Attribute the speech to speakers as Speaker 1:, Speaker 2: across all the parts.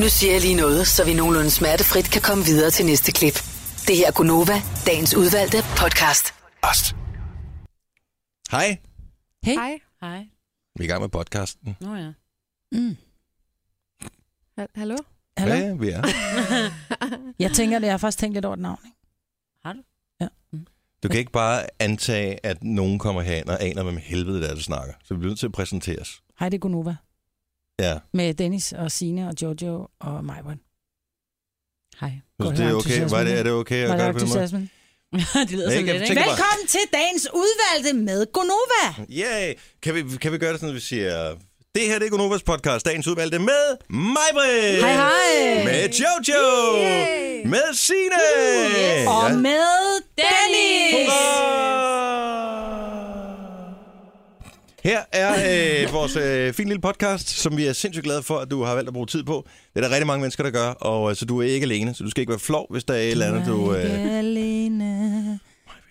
Speaker 1: Nu siger jeg lige noget, så vi nogenlunde smertefrit kan komme videre til næste klip. Det her er Gunova, dagens udvalgte podcast.
Speaker 2: Ast. Hej,
Speaker 3: Hey.
Speaker 4: Hej.
Speaker 3: Hej.
Speaker 2: vi er i gang med podcasten.
Speaker 3: Nå ja.
Speaker 4: Mm.
Speaker 5: Ha- Hallo?
Speaker 4: Hallo?
Speaker 2: Ja, vi er.
Speaker 4: Jeg tænker, det jeg har faktisk tænkt lidt over et navn. Ikke?
Speaker 2: Du kan ikke bare antage, at nogen kommer herind og aner, hvem helvede det er, du snakker. Så vi bliver nødt til at præsenteres.
Speaker 4: Hej, det er Gunova.
Speaker 2: Ja,
Speaker 4: Med Dennis og Sine og Jojo og Majbon.
Speaker 3: Hej.
Speaker 2: så
Speaker 4: Godt,
Speaker 2: det er
Speaker 4: høre
Speaker 2: okay. Var det, er det okay at
Speaker 4: Var det
Speaker 2: gøre det på den måde?
Speaker 4: entusiasmen?
Speaker 3: det lyder sådan
Speaker 2: Ikke,
Speaker 3: lidt,
Speaker 2: tænk
Speaker 3: ikke?
Speaker 2: bare-
Speaker 4: Velkommen til dagens udvalgte med Gonova.
Speaker 2: Yay! Kan vi, kan vi gøre det sådan, at vi siger... Det her det er Gonovas podcast, dagens udvalgte med mig, Britt.
Speaker 4: Hej, hej.
Speaker 2: Med Jojo.
Speaker 5: Yay.
Speaker 2: Med Signe.
Speaker 5: yes.
Speaker 4: Uh, Og
Speaker 2: Ja.
Speaker 4: med
Speaker 3: Dennis!
Speaker 4: Dennis.
Speaker 2: Ah! Her er øh, vores øh, fin lille podcast, som vi er sindssygt glade for, at du har valgt at bruge tid på. Det er der rigtig mange mennesker, der gør, og øh, så du er ikke alene. Så du skal ikke være flov, hvis der er et eller andet, du... Øh,
Speaker 4: Ikke alene.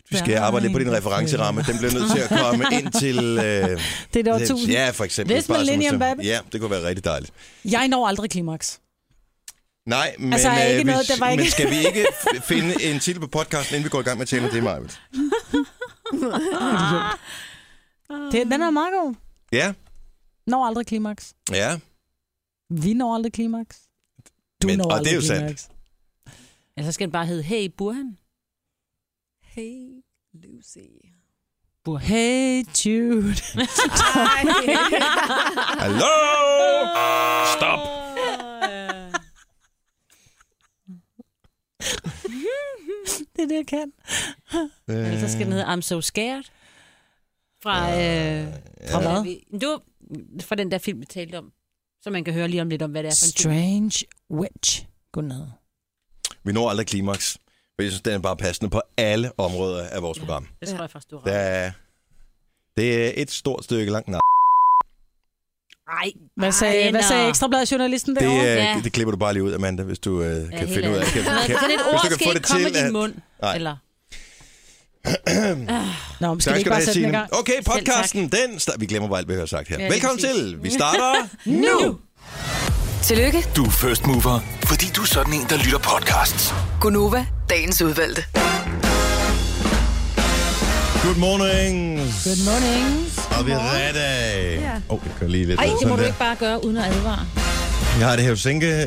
Speaker 2: vi skal arbejde lidt på din referenceramme. Den bliver nødt til at komme ind til... Øh,
Speaker 4: Det er et år tusind.
Speaker 2: Ja, for eksempel.
Speaker 4: Hvis
Speaker 2: Bare
Speaker 4: man
Speaker 2: som
Speaker 4: Millennium
Speaker 2: eksempel.
Speaker 4: Bab-
Speaker 2: Ja, det kunne være rigtig dejligt.
Speaker 4: Jeg når aldrig klimaks.
Speaker 2: Nej, men, øh,
Speaker 4: Altså, ikke
Speaker 2: vi,
Speaker 4: noget, der var ikke-
Speaker 2: men skal vi ikke f- finde en titel på podcasten, inden vi går i gang med temaet? Det er meget.
Speaker 3: Ah.
Speaker 4: Det, den er meget god.
Speaker 2: Ja,
Speaker 4: Når aldrig klimaks.
Speaker 2: ja.
Speaker 4: Vi når aldrig klimaks. Du
Speaker 2: Men-
Speaker 4: når
Speaker 2: og det er
Speaker 4: aldrig
Speaker 2: jo sandt.
Speaker 4: klimaks.
Speaker 3: Eller så skal den bare hedde, hey, Burhan.
Speaker 5: Hey, Lucy.
Speaker 3: Burhan.
Speaker 4: Hey Jude.
Speaker 2: Hallo! Stop!
Speaker 4: Det er det, jeg kan.
Speaker 2: Øh,
Speaker 3: Eller så skal den hedde, I'm so scared. Fra, øh,
Speaker 4: Fra hvad?
Speaker 3: Det var fra den der film, vi talte om. Så man kan høre lige om lidt om, hvad det er for en film.
Speaker 4: Strange Witch. Godnad.
Speaker 2: Vi når aldrig klimaks. Men jeg synes, den er bare passende på alle områder af vores program.
Speaker 3: Det tror jeg faktisk, du har
Speaker 2: Der
Speaker 3: ret.
Speaker 2: er, det er et stort stykke langt. Nej,
Speaker 3: Ej,
Speaker 4: Hvad sagde,
Speaker 3: ej,
Speaker 4: hvad
Speaker 3: nå.
Speaker 4: sagde ekstrabladjournalisten
Speaker 2: det,
Speaker 4: derovre?
Speaker 2: er,
Speaker 3: Ja.
Speaker 2: det klipper du bare lige ud, Amanda, hvis du øh,
Speaker 3: Ja,
Speaker 2: kan
Speaker 3: helt
Speaker 2: finde ud af.
Speaker 3: ærligt.
Speaker 2: Kan,
Speaker 3: Sådan
Speaker 2: kan,
Speaker 3: et- sådan et ord
Speaker 2: hvis du kan
Speaker 3: skal
Speaker 2: få det
Speaker 3: ikke komme
Speaker 2: til
Speaker 3: af din
Speaker 2: at...
Speaker 3: mund.
Speaker 2: Nej.
Speaker 3: Eller,
Speaker 4: Nå, men skal
Speaker 2: Tak
Speaker 4: vi
Speaker 2: skal
Speaker 4: ikke
Speaker 2: du
Speaker 4: bare
Speaker 2: have,
Speaker 4: sætte den i
Speaker 2: Signe.
Speaker 4: gang?
Speaker 2: Okay,
Speaker 3: tak.
Speaker 2: podcasten, den... Sta- vi glemmer bare alt, hvad vi har sagt her.
Speaker 3: Ja, lige
Speaker 2: Velkommen
Speaker 3: præcis.
Speaker 2: til. Vi starter nu.
Speaker 1: Tillykke,
Speaker 6: Du er first mover, fordi du er sådan en, der lytter podcasts.
Speaker 1: Gunova, dagens udvalgte.
Speaker 2: Good morning.
Speaker 4: Good morning.
Speaker 2: Og vi er ready.
Speaker 5: Ja.
Speaker 2: Åh, oh, jeg kører lige lidt.
Speaker 7: Ej,
Speaker 2: ned
Speaker 7: det må
Speaker 2: sådan
Speaker 7: du
Speaker 2: der.
Speaker 7: ikke bare gøre uden at advare.
Speaker 2: Jeg har det her sænke øh,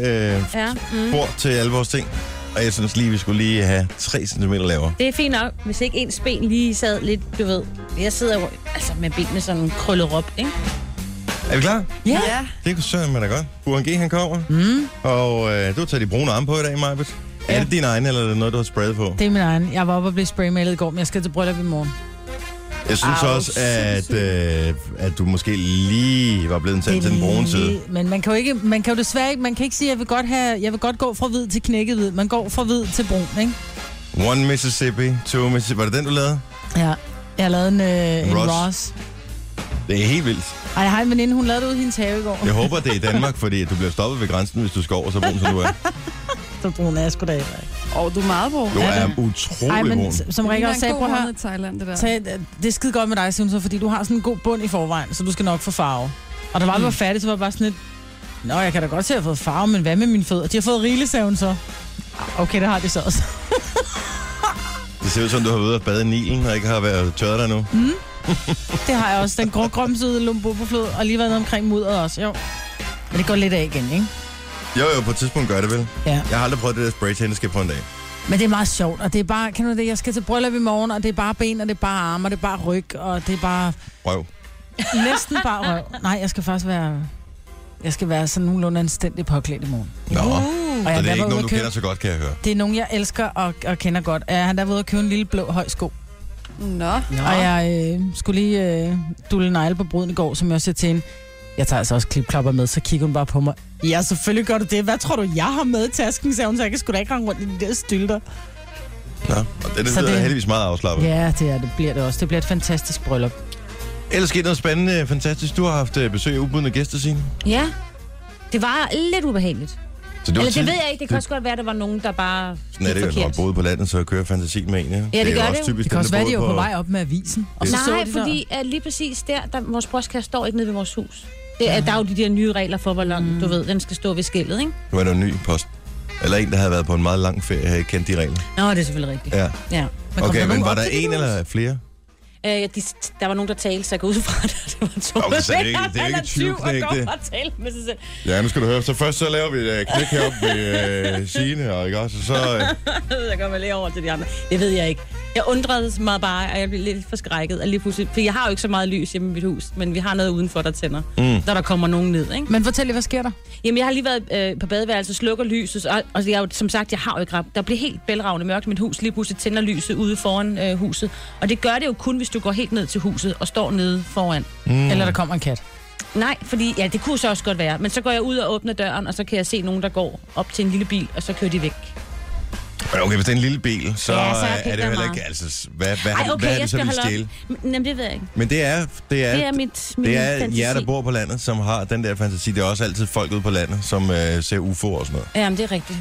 Speaker 7: Ja. Mm.
Speaker 2: bord til alle vores ting. Og jeg synes lige, vi skulle lige have 3 cm lavere.
Speaker 7: Det er fint nok, hvis ikke ens ben lige sad lidt, du ved. Jeg sidder jo altså, med benene sådan krøllet op, ikke?
Speaker 2: Er vi klar?
Speaker 4: Ja.
Speaker 5: Ja.
Speaker 2: Det kunne søren man da godt. Buren G, han kommer. Mm. Og øh, du har taget de brune arme på i dag, Majbet. Ja. Er det din egen, eller er det noget, du har sprayet på?
Speaker 4: Det er min egen. Jeg var oppe og blev spraymalet i går, men jeg skal til bryllup i morgen.
Speaker 2: Jeg synes
Speaker 5: Au,
Speaker 2: også, at, øh, at du måske lige var blevet en tand til den brune side.
Speaker 4: Men man kan jo ikke, man kan jo desværre ikke, man kan ikke sige, at jeg vil godt, have, jeg vil godt gå fra hvid til knækket hvid. Man går fra hvid til brun, ikke?
Speaker 2: One Mississippi, two Mississippi. Var det den, du lavede?
Speaker 4: Ja. Jeg har lavet en, øh, en
Speaker 2: Ross.
Speaker 4: Ross.
Speaker 2: Det er helt vildt.
Speaker 4: Ej, jeg har en veninde, hun lavede det ude i hendes have i går.
Speaker 2: Jeg håber, det er i Danmark, fordi du bliver stoppet ved grænsen, hvis du skal over så brun, som du er.
Speaker 4: Så brun er jeg sgu da heller ikke.
Speaker 5: Og du er meget brug.
Speaker 2: Du
Speaker 4: Er
Speaker 2: er
Speaker 4: det? Ej,
Speaker 2: utrolig brun.
Speaker 4: men s- som Rikke også sagde, prøv at høre.
Speaker 5: i Thailand, det der.
Speaker 4: Tag, øh, det er skide godt med dig, synes jeg, fordi du har sådan en god bund i forvejen, så du skal nok få farve. Og der var, vi var færdige, så var jeg bare sådan lidt, Nå, jeg kan da godt se, at jeg har fået farve, men hvad med mine fødder? De har fået rigeligt, så. Ah, Okay, det har de så også.
Speaker 2: Det ser ud som, du har været ude og bade i Nilen, og ikke har været tørret der nu.
Speaker 4: Det har jeg også. Den grå grømsede lomboboflod, og lige været nede omkring mudderet også, jo. Men det går lidt af igen, ikke?
Speaker 2: Jo, jo, på et tidspunkt gør det vel.
Speaker 4: Ja.
Speaker 2: Jeg har aldrig prøvet det der spray tan, det skal jeg prøve en dag.
Speaker 4: Men det er meget sjovt, og det er bare, kan du det, jeg skal til bryllup i morgen, og det er bare ben, og det er bare arme, og det er bare ryg, og det er bare
Speaker 2: Røv.
Speaker 4: næsten bare røv. Nej, jeg skal faktisk være, jeg skal være sådan nogenlunde anstændig påklædt i morgen.
Speaker 2: Nå,
Speaker 4: Og
Speaker 2: så
Speaker 4: jeg
Speaker 2: det er
Speaker 4: været
Speaker 2: ikke
Speaker 4: ude
Speaker 2: nogen,
Speaker 4: at
Speaker 2: du
Speaker 4: købe-
Speaker 2: kender så godt, kan jeg høre.
Speaker 4: Det er nogen, jeg elsker og, og kender godt. Jeg har der været ude at købe en lille blå høj sko.
Speaker 5: Nå.
Speaker 4: Og jeg øh, skulle lige øh, dulle negle på bruden i går, som jeg også siger til hende. Jeg tager altså også klipklapper med, så kigger hun bare på mig. Ja, selvfølgelig gør du det. Hvad tror du, jeg har med i tasken, sagde hun, så jeg kan sgu da ikke rende rundt i de der stylter.
Speaker 2: Nå, og det, det
Speaker 4: Så
Speaker 2: lyder
Speaker 4: det-
Speaker 2: heldigvis meget afslappet. Yeah.
Speaker 4: Ja, det, er, det bliver det også. Det bliver et fantastisk bryllup.
Speaker 2: Ellers skete noget spændende, fantastisk. Du har haft øh, besøg af ubudne gæster, Signe.
Speaker 7: Ja. Det var lidt ubehageligt.
Speaker 2: Så det var
Speaker 7: Eller det
Speaker 2: tid-
Speaker 7: ved jeg ikke. Det kan også godt være, at der var nogen, der bare...
Speaker 2: Sådan er det, jo, når man boede på landet, så kører fantasien med en, ja.
Speaker 7: det
Speaker 2: er jo
Speaker 7: gør
Speaker 2: også
Speaker 7: det jo.
Speaker 2: typisk
Speaker 4: Det kan
Speaker 2: dem,
Speaker 4: også
Speaker 2: der
Speaker 4: være, de er
Speaker 2: boede
Speaker 4: på
Speaker 2: på
Speaker 4: vej op med avisen. Og så så
Speaker 7: Nej,
Speaker 4: de
Speaker 7: fordi at lige præcis der, der, vores brystkasse står ikke nede ved vores hus. Det er, der er jo de der nye regler for, hvor lang, mm. du ved, den skal stå ved skillet, ikke?
Speaker 2: Nu er der en ny post. Eller en, der havde været på en meget lang ferie, havde kendt de regler.
Speaker 7: Nå, det er selvfølgelig rigtigt.
Speaker 2: Ja.
Speaker 7: ja.
Speaker 4: Men kom
Speaker 2: Okay,
Speaker 4: der
Speaker 2: men
Speaker 4: nogen
Speaker 2: var
Speaker 4: op
Speaker 2: der
Speaker 4: til dit
Speaker 2: en
Speaker 4: hus?
Speaker 2: eller flere?
Speaker 7: Øh, ja, de, der var nogen, der talte, så jeg går ud fra, at det var to.
Speaker 2: Okay, så det er ikke- det er ikke
Speaker 7: Eller tyve, og
Speaker 2: tyveknægte.
Speaker 7: går og taler med sig selv.
Speaker 8: Ja, nu skal du høre. Så først så laver vi et øh, knæk heroppe ved øh, Signe, og ikke også? Og så, øh,
Speaker 7: Jeg ved, jeg kommer lige over til de andre. Det ved jeg ikke. Jeg undrede mig bare, og jeg blev lidt forskrækket. Og lige pludselig, for jeg har jo ikke så meget lys hjemme i mit hus, men vi har noget udenfor, der tænder, mm. når der kommer nogen ned. Ikke?
Speaker 4: Men fortæl lige, hvad sker der?
Speaker 7: Jamen, jeg har lige været øh, på badeværelset, slukker lyset, og, og jeg, er jo- som sagt, jeg har jo ikke ramt. Der bliver helt bælragende mørkt i mit hus. Lige pludselig tænder lyset ude foran øh, huset. Og det gør det jo kun, hvis du går helt ned til huset og står nede foran.
Speaker 4: Mm. Eller der kommer en kat?
Speaker 7: Nej, fordi ja, det kunne så også godt være. Men så går jeg ud og åbner døren, og så kan jeg se nogen, der går op til en lille bil, og så kører de væk.
Speaker 2: Men okay, hvis det er en lille bil, så,
Speaker 7: Ja, så er
Speaker 2: øh,
Speaker 7: pænt
Speaker 2: er det
Speaker 7: der
Speaker 2: jo heller
Speaker 7: meget.
Speaker 2: ikke... Altså, hvad, hvad, Ej, okay, hvad er det så, vi stjæle?
Speaker 7: op. Men, jamen, det ved jeg ikke.
Speaker 2: Men det er... Det er,
Speaker 7: Det er mit, min
Speaker 2: det er
Speaker 7: fantasi.
Speaker 2: jer, der bor på landet, som har den der fantasi. Det er også altid folk ude på landet, som øh, ser UFO'er og sådan noget.
Speaker 7: Jamen, det er rigtigt.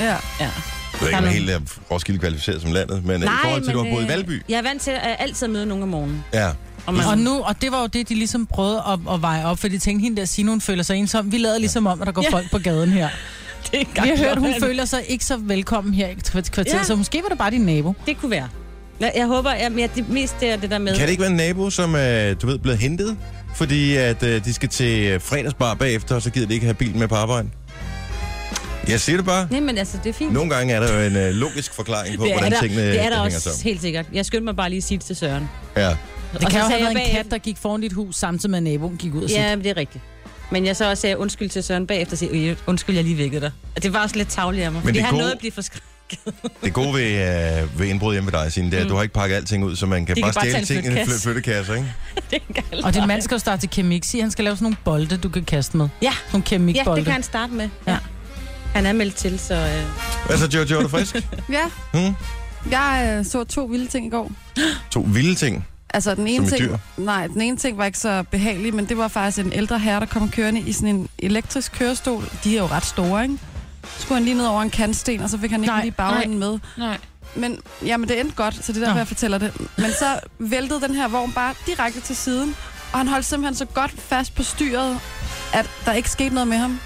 Speaker 5: Ja.
Speaker 7: Ja.
Speaker 2: Det er ikke om helt øh, Roskilde kvalificeret som landet, men Nej, i forhold til, at du har boet i
Speaker 7: øh,
Speaker 2: Valby.
Speaker 7: Jeg er vant til at altid møde nogen om morgenen.
Speaker 2: Ja.
Speaker 7: Og man,
Speaker 4: Og, nu, og det var jo det, de ligesom prøvede at, at veje op, for de tænkte, hende der Signe, hun føler sig ensom. Vi lader ligesom om, at der går
Speaker 7: Ja.
Speaker 4: folk på gaden her.
Speaker 7: det er ikke
Speaker 4: Vi har
Speaker 7: engang
Speaker 4: hørt, hun
Speaker 7: løgn.
Speaker 4: føler sig ikke så velkommen her i kvarteret, ja.
Speaker 7: Ja.
Speaker 4: så måske var det bare din nabo.
Speaker 7: Det kunne være. Jeg, jeg håber, jeg, jeg, det mest det er det der med...
Speaker 2: Kan det ikke være en nabo, som øh, du ved, blevet hentet? Fordi at øh, de skal til øh, fredagsbar bagefter, og så gider de ikke have bilen med på arbejde. Jeg siger det bare.
Speaker 7: Nej, men altså, det er fint.
Speaker 2: Nogle gange er der jo en øh, logisk forklaring på,
Speaker 7: det, er
Speaker 2: hvordan
Speaker 7: der,
Speaker 2: tingene
Speaker 7: det er der
Speaker 2: hænger
Speaker 7: også
Speaker 2: sammen.
Speaker 7: helt sikkert. Jeg skyndte mig bare lige at sige det til Søren.
Speaker 2: Ja.
Speaker 4: Det kan jo
Speaker 7: så
Speaker 4: have
Speaker 7: sagde
Speaker 4: været
Speaker 7: jeg
Speaker 4: en
Speaker 7: bagefter-
Speaker 4: kat, der gik foran dit hus, samtidig med at naboen gik ud og sagde,
Speaker 7: Ja, men det er rigtigt. Men jeg så også sagde undskyld til Søren bagefter, og sagde, "Øh, undskyld, jeg lige vækkede dig. Og det var også lidt tavligt af mig, fordi
Speaker 2: det
Speaker 7: han
Speaker 2: gode-
Speaker 7: nåede at blive forskrækket.
Speaker 2: Det gode ved, øh, ved indbrud hjemme ved dig, Signe, det er, at du har ikke pakket alting ud, så man kan
Speaker 7: De kan
Speaker 2: bare
Speaker 7: bare tage
Speaker 2: stjæle
Speaker 7: en
Speaker 2: ting i en fly-
Speaker 7: flyttekasse.
Speaker 2: flyttekasse, ikke?
Speaker 4: Og din mand skal jo starte til kemixi. Han skal lave sådan nogle bolde, du kan kaste med.
Speaker 7: Ja.
Speaker 4: Nogle
Speaker 7: Ja,
Speaker 4: kemikbolde.
Speaker 7: det kan han starte med.
Speaker 4: Ja.
Speaker 7: Ja. Han er meldt til, så... Øh...
Speaker 2: Hvad så, Jojo? Er du frisk?
Speaker 5: ja.
Speaker 2: Hmm?
Speaker 5: Jeg øh, så to vilde ting i går.
Speaker 2: To vilde ting.
Speaker 5: Altså, den ene,
Speaker 2: Som et
Speaker 5: ting, nej, den ene ting var ikke så behagelig, men det var faktisk en ældre herre, der kom kørende i sådan en elektrisk kørestol. De er jo ret store, ikke? Så skulle han lige ned over en kantsten, og så fik han ikke
Speaker 4: Nej,
Speaker 5: lige bagenden med.
Speaker 7: Nej.
Speaker 5: Men jamen, det endte godt, så det er derfor,
Speaker 4: Nå.
Speaker 5: jeg fortæller det. Men så væltede den her vogn bare direkte til siden, og han holdt simpelthen så godt fast på styret, at der ikke skete noget med ham.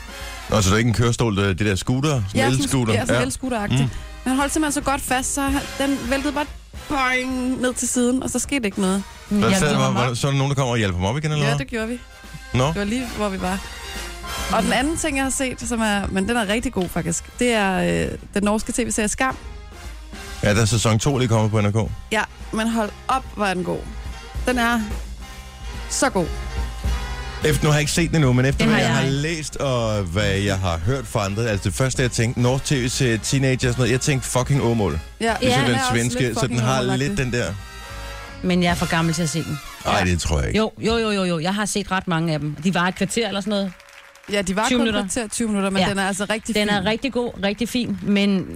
Speaker 2: Nå, så det er ikke en kørestol, det, er det der scooter? Sådan en elscooter?
Speaker 5: Ja, sådan ja. Mm. Men han holdt simpelthen så godt fast, så han, den væltede bare boing, ned til siden, og så skete ikke noget.
Speaker 2: Hvad
Speaker 4: Ja,
Speaker 2: sagde
Speaker 4: det
Speaker 2: du?
Speaker 4: var
Speaker 2: Var- var- Så er der nogen, der kommer og hjælper mig op igen, eller
Speaker 5: Ja,
Speaker 2: hvad?
Speaker 5: det gjorde vi.
Speaker 2: Nå?
Speaker 5: Det var lige, hvor vi var. Og den anden ting, jeg har set, som er, men den er rigtig god faktisk, det er øh, den norske tv-serie Skam.
Speaker 2: Ja, der er sæson 2 lige kommet på NRK.
Speaker 5: Ja, men hold op, hvor er den god. Den er så god.
Speaker 2: Efter, nu har jeg ikke set den endnu, men efter
Speaker 7: Den
Speaker 2: hvad
Speaker 7: har
Speaker 2: jeg,
Speaker 7: jeg
Speaker 2: har
Speaker 7: ikke.
Speaker 2: læst og hvad jeg har hørt fra andre, altså det første, jeg tænkte, North TV til teenager og sådan noget, jeg tænkte fucking Åmål.
Speaker 5: Ja,
Speaker 2: Det er
Speaker 7: den
Speaker 2: sådan
Speaker 5: er
Speaker 2: den
Speaker 5: også
Speaker 2: svenske,
Speaker 5: lidt
Speaker 2: så den
Speaker 5: fucking
Speaker 2: har
Speaker 5: overlagt
Speaker 2: lidt den der.
Speaker 7: Men jeg er for gammel til at se den.
Speaker 2: Nej, det tror jeg ikke.
Speaker 7: Jo, jo, jo, jo, jo. Jeg har set ret mange af dem. De var et kvarter eller sådan noget.
Speaker 5: Ja, de var
Speaker 7: 20
Speaker 5: kun
Speaker 7: minutter.
Speaker 5: kvarter 20 minutter, men ja.
Speaker 7: Ja.
Speaker 5: den er altså rigtig
Speaker 7: Den
Speaker 5: fin.
Speaker 7: er rigtig god, rigtig fin, men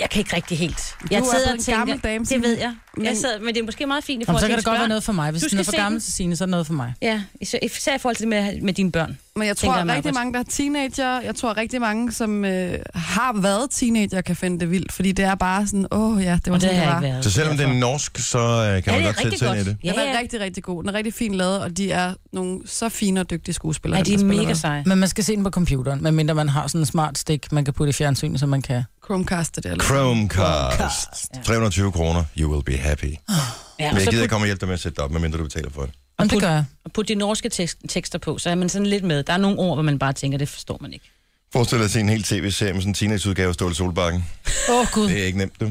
Speaker 7: jeg kan ikke rigtig helt. Jeg
Speaker 5: Du er blevet en gammel dame,
Speaker 7: det
Speaker 5: Signe.
Speaker 7: ved jeg. Men...
Speaker 5: Men-
Speaker 7: jeg sad, men det er måske meget fint i
Speaker 4: Jamen,
Speaker 7: forhold
Speaker 4: så
Speaker 7: til
Speaker 4: kan det godt
Speaker 7: ens
Speaker 4: være
Speaker 7: børn.
Speaker 4: noget for mig. Hvis
Speaker 7: Du
Speaker 4: den er
Speaker 7: skal
Speaker 4: for
Speaker 7: se
Speaker 4: gammel
Speaker 7: den.
Speaker 4: til sine, så er det noget for mig.
Speaker 7: Ja, især, især i forhold til det med, med dine børn.
Speaker 5: Men jeg tror,
Speaker 7: tænker jeg
Speaker 5: at
Speaker 7: meget
Speaker 5: rigtig
Speaker 7: godt.
Speaker 5: mange, der er teenager, jeg tror, at rigtig mange, som øh, har været teenager, kan finde det vildt, fordi det er bare sådan, åh oh, ja, det var
Speaker 7: Og det
Speaker 5: sådan,
Speaker 7: har
Speaker 5: det
Speaker 7: jeg
Speaker 5: var.
Speaker 7: ikke været.
Speaker 2: Så selvom det er norsk, så øh, kan
Speaker 7: Ja,
Speaker 2: man
Speaker 7: det er
Speaker 2: godt sætte
Speaker 7: rigtig
Speaker 2: sig
Speaker 7: godt.
Speaker 2: ind i det.
Speaker 7: Ja,
Speaker 5: Den er
Speaker 7: ja.
Speaker 5: rigtig, rigtig god. Den er rigtig fin lavet, og de er nogle så fine og dygtige skuespillere. dem,
Speaker 7: Ja, de
Speaker 5: der
Speaker 7: er
Speaker 5: spiller
Speaker 7: mega
Speaker 5: med.
Speaker 7: seje.
Speaker 4: Men man skal se den på computeren, medmindre man har sådan en smart stik, man kan putte i fjernsynet, så man kan...
Speaker 5: Chromecast det der. lidt.
Speaker 2: Chromecast. 320 kroner. You will be happy.
Speaker 7: Ja,
Speaker 2: Men
Speaker 7: og
Speaker 2: jeg
Speaker 7: så
Speaker 2: gider
Speaker 7: put,
Speaker 2: ikke komme og hjælpe dig med at sætte det op, medmindre du betaler for det.
Speaker 4: Om det gør jeg.
Speaker 7: og put de norske tekst, tekster på, så er man sådan lidt med. Der er nogle ord, hvor man bare tænker, det forstår man ikke.
Speaker 2: Forestil dig at se en hel tv-serie med sådan en teenageudgave af Ståle Solbakken.
Speaker 4: Åh, oh, Gud.
Speaker 2: Det er ikke nemt, du.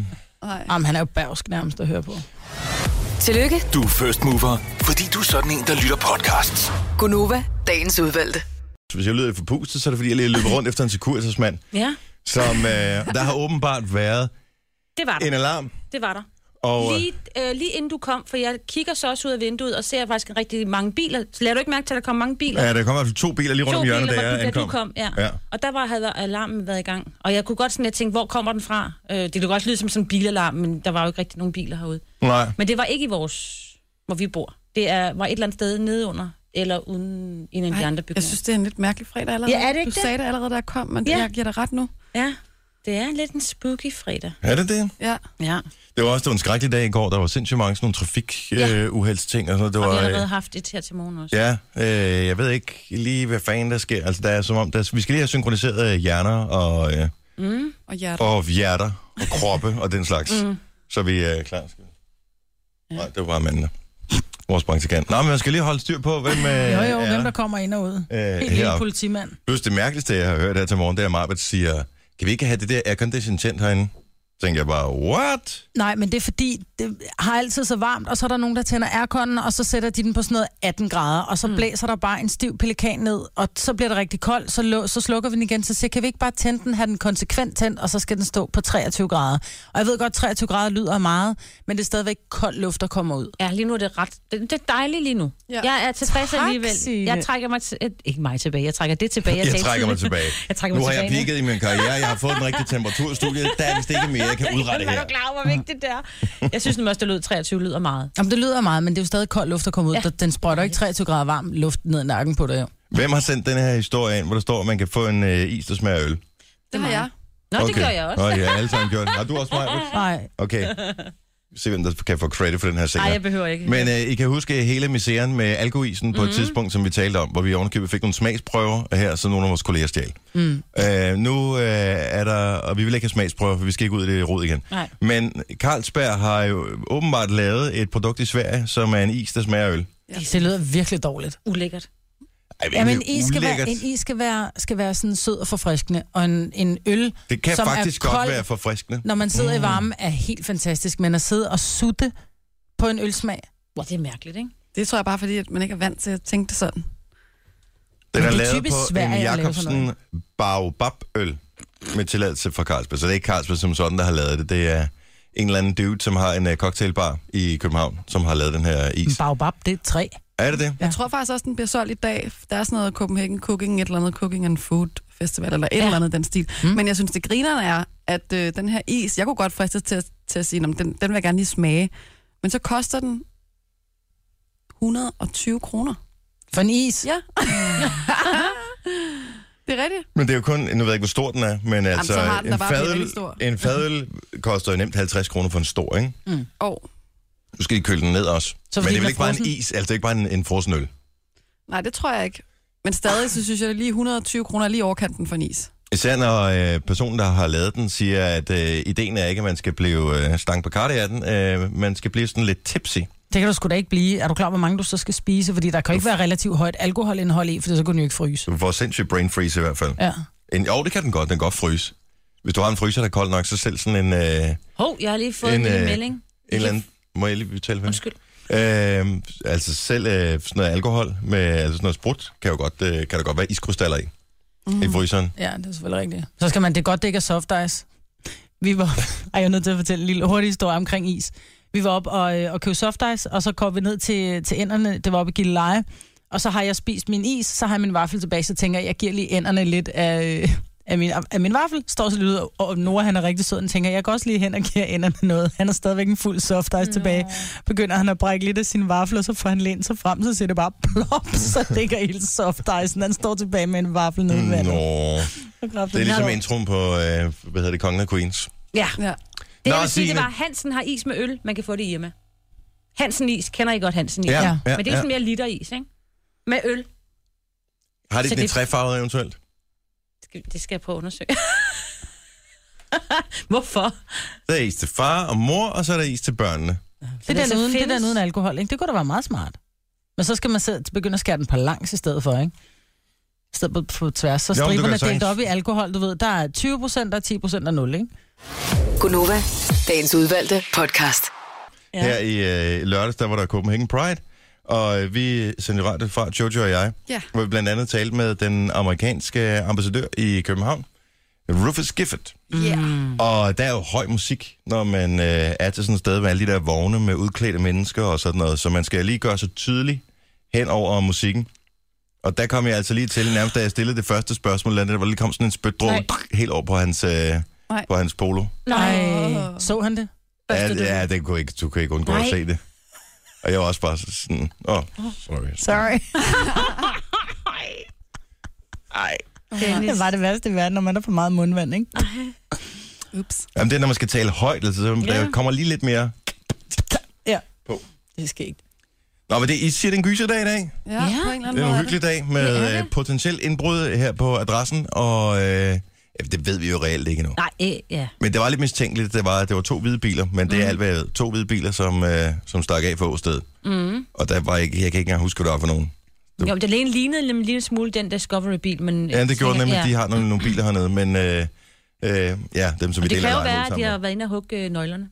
Speaker 5: Nej.
Speaker 4: Jamen, han er jo bavsk nærmest at høre på.
Speaker 1: Tillykke,
Speaker 6: Du er first mover, fordi du er sådan en, der lytter podcasts.
Speaker 1: Gunova, dagens udvalgte.
Speaker 2: Så Hvis jeg lyder lidt forpustet, så er det fordi, jeg lige løber rundt efter en sekursesmand,
Speaker 7: Ja,
Speaker 2: som øh, der har åbenbart været
Speaker 7: det var der.
Speaker 2: en alarm.
Speaker 7: Det var der.
Speaker 2: Og, øh,
Speaker 7: Lige, øh, lige inden du kom, for jeg kigger så også ud af vinduet og ser faktisk rigtig mange biler. Så lader du ikke mærke til, at der kom mange biler?
Speaker 2: øh, ja, der kommer i hvert fald to biler lige rundt
Speaker 7: to
Speaker 2: om
Speaker 7: biler,
Speaker 2: hjørnet, da
Speaker 7: hvor
Speaker 2: jeg
Speaker 7: du, da du
Speaker 2: ankom.
Speaker 7: kom. Ja.
Speaker 2: Ja.
Speaker 7: ja. Og der var, havde alarmen været i gang. Og jeg kunne godt sådan lidt tænke, hvor kommer den fra? Øh, det kunne godt lyde som sådan en bilalarm, men der var jo ikke rigtig nogen biler herude.
Speaker 2: Nej.
Speaker 7: Men det var ikke i vores, hvor vi bor. Det er, var et eller andet sted nedenunder, eller uden i en af de
Speaker 5: Ej,
Speaker 7: andre
Speaker 5: jeg
Speaker 7: bygninger.
Speaker 5: synes, det er en lidt mærkelig fredag allerede.
Speaker 7: Ja, er det ikke
Speaker 5: du
Speaker 7: det?
Speaker 5: sagde det allerede, da jeg kom, men ja.
Speaker 7: Ja.
Speaker 5: jeg giver dig ret nu.
Speaker 7: Ja. Det er lidt en spooky fredag.
Speaker 2: Er det det?
Speaker 5: Ja.
Speaker 3: Ja.
Speaker 2: Det var også det var en skrækkelig dag i går. Der var sindssygt mange sådan nogle
Speaker 7: Ja.
Speaker 2: trafikuheldsting ja. og sådan noget. Det
Speaker 7: Og vi har
Speaker 2: var,
Speaker 7: allerede haft et her til morgen også.
Speaker 2: øh, Ja, øh, jeg ved ikke lige, hvad fanden der sker. Altså, der er som om, der, vi skal lige have synkroniseret øh, hjerner og, øh,
Speaker 5: Og hjertet.
Speaker 2: og hjerter og kroppe og den slags. Mm. Så vi er øh, klar. Skal... Ja. Nej, det var bare mændene. Vores praktikant. Nå, men jeg skal lige holde styr på, hvem øh,
Speaker 4: Jo, jo,
Speaker 2: er
Speaker 4: hvem der kommer ind og ud.
Speaker 2: øh,
Speaker 4: Helt lille
Speaker 2: her.
Speaker 4: politimand.
Speaker 2: Plus det mærkeligste, jeg har hørt her til morgen, det er, at Marbet siger, kan vi ikke have det der aircondition tændt herinde? Så tænker jeg bare, what?
Speaker 4: Nej, men det er fordi, det har altid så varmt, og så er der nogen, der tænder airconen, og så sætter de den på sådan noget 18 grader, og så mm. blæser der bare en stiv pelikan ned, og så bliver det rigtig koldt, så, lå, så slukker vi den igen, så siger, jeg, kan vi ikke bare tænde den, have den konsekvent tændt, og så skal den stå på 23 grader. Og jeg ved godt, 23 grader lyder af meget, men det er stadigvæk kold luft, der kommer ud.
Speaker 7: Ja, lige nu er det ret... Det, det er dejligt lige nu.
Speaker 5: Ja.
Speaker 7: Ja. Jeg er tilfreds
Speaker 4: Tak,
Speaker 7: alligevel.
Speaker 4: Signe.
Speaker 7: Jeg trækker mig... Til, eh, ikke mig tilbage, jeg trækker det tilbage.
Speaker 2: Jeg
Speaker 7: sagde
Speaker 2: trækker mig
Speaker 7: tidligere.
Speaker 2: tilbage.
Speaker 7: Jeg trækker
Speaker 2: nu
Speaker 7: mig
Speaker 2: har jeg
Speaker 7: tilbage.
Speaker 2: peaked i min karriere, jeg har fået den rigtige temperatur i studiet. Der er vist ikke mere, jeg kan udrette
Speaker 7: Jeg er
Speaker 2: her.
Speaker 7: du klar over, hvor vigtigt det er. Jeg synes nemlig også, det lød 23 lyder meget.
Speaker 4: Jamen, det lyder meget, men det er jo stadig kold luft, der kommer ud. Ja. Den sprøjter ikke 23 grader varm luft ned i nakken på dig. jo.
Speaker 2: Hvem har sendt den her historie ind, hvor der står, at man kan få en øh, is, der smager af øl?
Speaker 5: Det har jeg.
Speaker 7: Nå, okay. det gør jeg også.
Speaker 2: Nå, ja, alle sammen gjort. det. Har du også mig?
Speaker 4: Nej,
Speaker 2: Okay. Vi ser, hvem der kan få credit for den her
Speaker 7: Nej,
Speaker 2: senere.
Speaker 7: jeg behøver ikke.
Speaker 2: Men øh, I kan huske hele misæren med alkoisen på mm-hmm. et tidspunkt, som vi talte om, hvor vi ovenikøbet fik nogle smagsprøver her, så nogle af vores kolleger stjal. Mm. Øh, nu øh, er der, og vi vil ikke have smagsprøver, for vi skal ikke ud i det rod igen.
Speaker 7: Nej.
Speaker 2: Men Carlsberg har jo åbenbart lavet et produkt i Sverige, som er en is, der smager af øl.
Speaker 4: det lyder virkelig dårligt.
Speaker 2: øh,
Speaker 7: Ulækkert.
Speaker 2: Ej, men
Speaker 4: Ja, men
Speaker 2: det er
Speaker 4: is skal
Speaker 2: ulækkert.
Speaker 4: være, en is skal være, skal være sådan sød og forfriskende, og en, en øl,
Speaker 2: Det kan
Speaker 4: som
Speaker 2: faktisk
Speaker 4: er kold,
Speaker 2: godt være forfriskende.
Speaker 4: når man sidder mm. i varmen, er helt fantastisk, men at sidde og sutte på en ølsmag,
Speaker 7: Wow, det er mærkeligt, ikke?
Speaker 5: Det tror jeg bare, fordi at man ikke er vant til at tænke det sådan.
Speaker 2: Den
Speaker 4: Men
Speaker 2: er
Speaker 4: det er
Speaker 2: lavet
Speaker 4: typisk
Speaker 2: på
Speaker 4: Sverige
Speaker 2: en
Speaker 4: at lave sådan
Speaker 2: Jacobsen Baobab-øl med tilladelse fra Carlsberg. Så det er ikke Carlsberg som sådan, der har lavet det. Det er en eller anden dude, som har en øh, cocktailbar i København, som har lavet den her
Speaker 4: en
Speaker 2: is.
Speaker 4: baobab, det er træ.
Speaker 2: Er det det?
Speaker 5: Jeg tror faktisk også, den bliver solgt i dag. Der er sådan noget Copenhagen Cooking, et eller andet Cooking and Food Festival, eller et ja. eller andet i den stil. Mm. Men jeg synes, det grinerne er, at øh, den her is, jeg kunne godt fristes til, at- til at sige, "Nå, men den, den vil jeg gerne lige smage. Men så koster den 120 kroner.
Speaker 4: For en is,
Speaker 5: Ja. det er rigtigt.
Speaker 2: Men det er jo kun, nu ved jeg ikke, hvor stor den er, men altså,
Speaker 5: så har den da
Speaker 2: en,
Speaker 5: bare blevet
Speaker 2: fadøl,
Speaker 5: rigtig stor.
Speaker 2: en fadøl koster jo nemt 50 kroner for en stor, ikke?
Speaker 5: Og
Speaker 2: Nu skal de køle den ned også.
Speaker 4: Så
Speaker 2: men det
Speaker 4: fordi den
Speaker 2: er vel
Speaker 4: er
Speaker 2: ikke bare en
Speaker 4: frossen?
Speaker 2: is, altså det er ikke bare en, en frossen øl.
Speaker 5: nej, det tror jeg ikke. Men stadig, så synes jeg, at lige 120 kroner er lige overkanten for en is.
Speaker 2: Især når øh, personen, der har lavet den, siger, at øh, ideen er ikke, at man skal blive øh, stang på karte af den. Øh, man skal blive sådan lidt tipsy.
Speaker 4: det kan du sgu da ikke blive. Er du klar, over, hvor mange du så skal spise? Fordi der kan jo ikke være relativt højt alkoholindhold i, for så kunne den jo ikke fryse.
Speaker 2: Du får sindssygt brain freeze i hvert fald.
Speaker 4: Ja.
Speaker 2: En, jo, det kan den godt. Den kan godt fryse. Hvis du har en fryser, der er kold nok, så selv sådan en... Øh, en
Speaker 7: Hov, jeg har lige fået en,
Speaker 2: En,
Speaker 7: en lille
Speaker 2: øh,
Speaker 7: melding.
Speaker 2: eller anden... Må jeg lige tale med?
Speaker 7: Undskyld.
Speaker 2: Øh, altså selv øh, sådan noget alkohol med altså sådan noget sprut, kan, jo godt, øh, kan der godt være iskrystaller i. Mm. I fryseren.
Speaker 4: Ja, det er selvfølgelig rigtigt. Så skal man, det er godt, det ikke er soft ice. Vi var, ej, jeg er nødt til at fortælle en lille hurtig historie omkring is. Vi var op og, øh, og købte soft ice, og så kom vi ned til, til enderne, det var oppe i Gilleleje, og så har jeg spist min is, så har jeg min vaffel tilbage, så tænker jeg, jeg giver lige enderne lidt af, øh, af, min, af min vaffel, står så lidt ud, og Nora, han er rigtig sød, han tænker, jeg går også lige hen og giver enderne noget. Han er stadigvæk en fuld soft ice tilbage. Begynder han at brække lidt af sin vaffel, og så får han lænt sig frem, så siger det bare plop, så ligger hele soft icen, han står tilbage med en vaffel nede i vandet.
Speaker 2: Nå, det er ligesom
Speaker 4: en...
Speaker 2: introen på, øh, hvad hedder det, Kongen af Queens.
Speaker 7: Ja,
Speaker 5: Ja.
Speaker 7: det
Speaker 2: Nå,
Speaker 7: jeg vil sige, det
Speaker 2: Signe.
Speaker 7: var, Hansen har is med øl. Man kan få det hjemme. Hansen is. Kender I godt Hansen is?
Speaker 2: Ja, ja, ja.
Speaker 7: Men det er sådan mere literis, ikke? Med øl.
Speaker 2: Har de
Speaker 7: så
Speaker 2: den i
Speaker 7: det-
Speaker 2: træfarvet eventuelt?
Speaker 7: Skal- Det skal jeg prøve at undersøge. Hvorfor?
Speaker 2: Der er is til far og mor, og så er der is til børnene.
Speaker 4: Det er
Speaker 7: der
Speaker 4: den
Speaker 7: så
Speaker 4: uden, det er
Speaker 7: findes-
Speaker 4: den uden alkohol, ikke? Det kunne da være meget smart. Men så skal man selv begynde at skære den på langs i stedet for, ikke? I stedet på, på tværs. Så
Speaker 2: Jo, men du
Speaker 4: striberne
Speaker 2: kan
Speaker 4: er delt
Speaker 2: sagtens-
Speaker 4: op i alkohol, du ved. Der er 20 procent, der er 10 procent og 0, ikke?
Speaker 1: Gunova, dagens udvalgte podcast.
Speaker 2: Ja. Her i øh, lørdags, der var der Copenhagen Pride, og øh, vi sendte radio fra, Jojo og jeg,
Speaker 5: Ja.
Speaker 2: hvor vi blandt andet talte med den amerikanske ambassadør i København, Rufus Gifford.
Speaker 5: Yeah.
Speaker 2: Og der er jo høj musik, når man øh, er til sådan et sted med alle de der vogne med udklædte mennesker og sådan noget, så man skal lige gøre sig tydelig hen over musikken. Og der kom jeg altså lige til, nærmest da jeg stillede det første spørgsmål, der var lige kom sådan en spytdråbe
Speaker 7: Nej.
Speaker 2: helt over på hans, øh,
Speaker 5: Nej.
Speaker 2: på hans polo.
Speaker 4: Nej. Så han det?
Speaker 2: Ja,
Speaker 7: Børste du
Speaker 2: ja det kunne ikke, du kunne ikke undgå Nej. at
Speaker 7: Nej.
Speaker 2: se det. Og jeg var også bare sådan, åh, oh, sorry.
Speaker 4: Sorry.
Speaker 2: Ej.
Speaker 4: Det var det værste i verden, når man er for meget mundvand, ikke?
Speaker 5: Ups.
Speaker 2: Jamen, det er, når man skal tale højt, altså, så
Speaker 7: Ja.
Speaker 2: der kommer lige lidt mere...
Speaker 4: Ja.
Speaker 2: På.
Speaker 4: Det skal ikke.
Speaker 2: Nå, men det, I siger, det er en gyserdag i dag.
Speaker 5: Ja, ja, på en eller anden
Speaker 2: Det er en
Speaker 5: måde.
Speaker 2: uhyggelig dag med
Speaker 7: Det er
Speaker 2: ja,
Speaker 7: det.
Speaker 2: potentielt indbrud her på adressen, og øh, ja, det ved vi jo reelt ikke endnu.
Speaker 7: Nej, øh, ja.
Speaker 2: Men det var lidt mistænkeligt, det var, det var to hvide biler, men det
Speaker 7: Mm.
Speaker 2: er alt, hvad jeg ved. To hvide biler, som, øh, som stak af for åstedet. Mm. Og der var ikke, jeg kan ikke engang huske, hvad der var for nogen.
Speaker 7: Jo, men den ene lignede nemlig en lille smule den Discovery-bil, men... øh,
Speaker 2: Ja, det gjorde nemlig,
Speaker 7: ja.
Speaker 2: de har nogle, nogle biler hernede, men øh, øh, ja, dem, som vi
Speaker 7: Og det
Speaker 2: deler
Speaker 7: kan jo
Speaker 2: lejlighed
Speaker 7: være, at de
Speaker 2: sammen
Speaker 7: har
Speaker 2: med.
Speaker 7: været inde og hugge øh, nøglerne.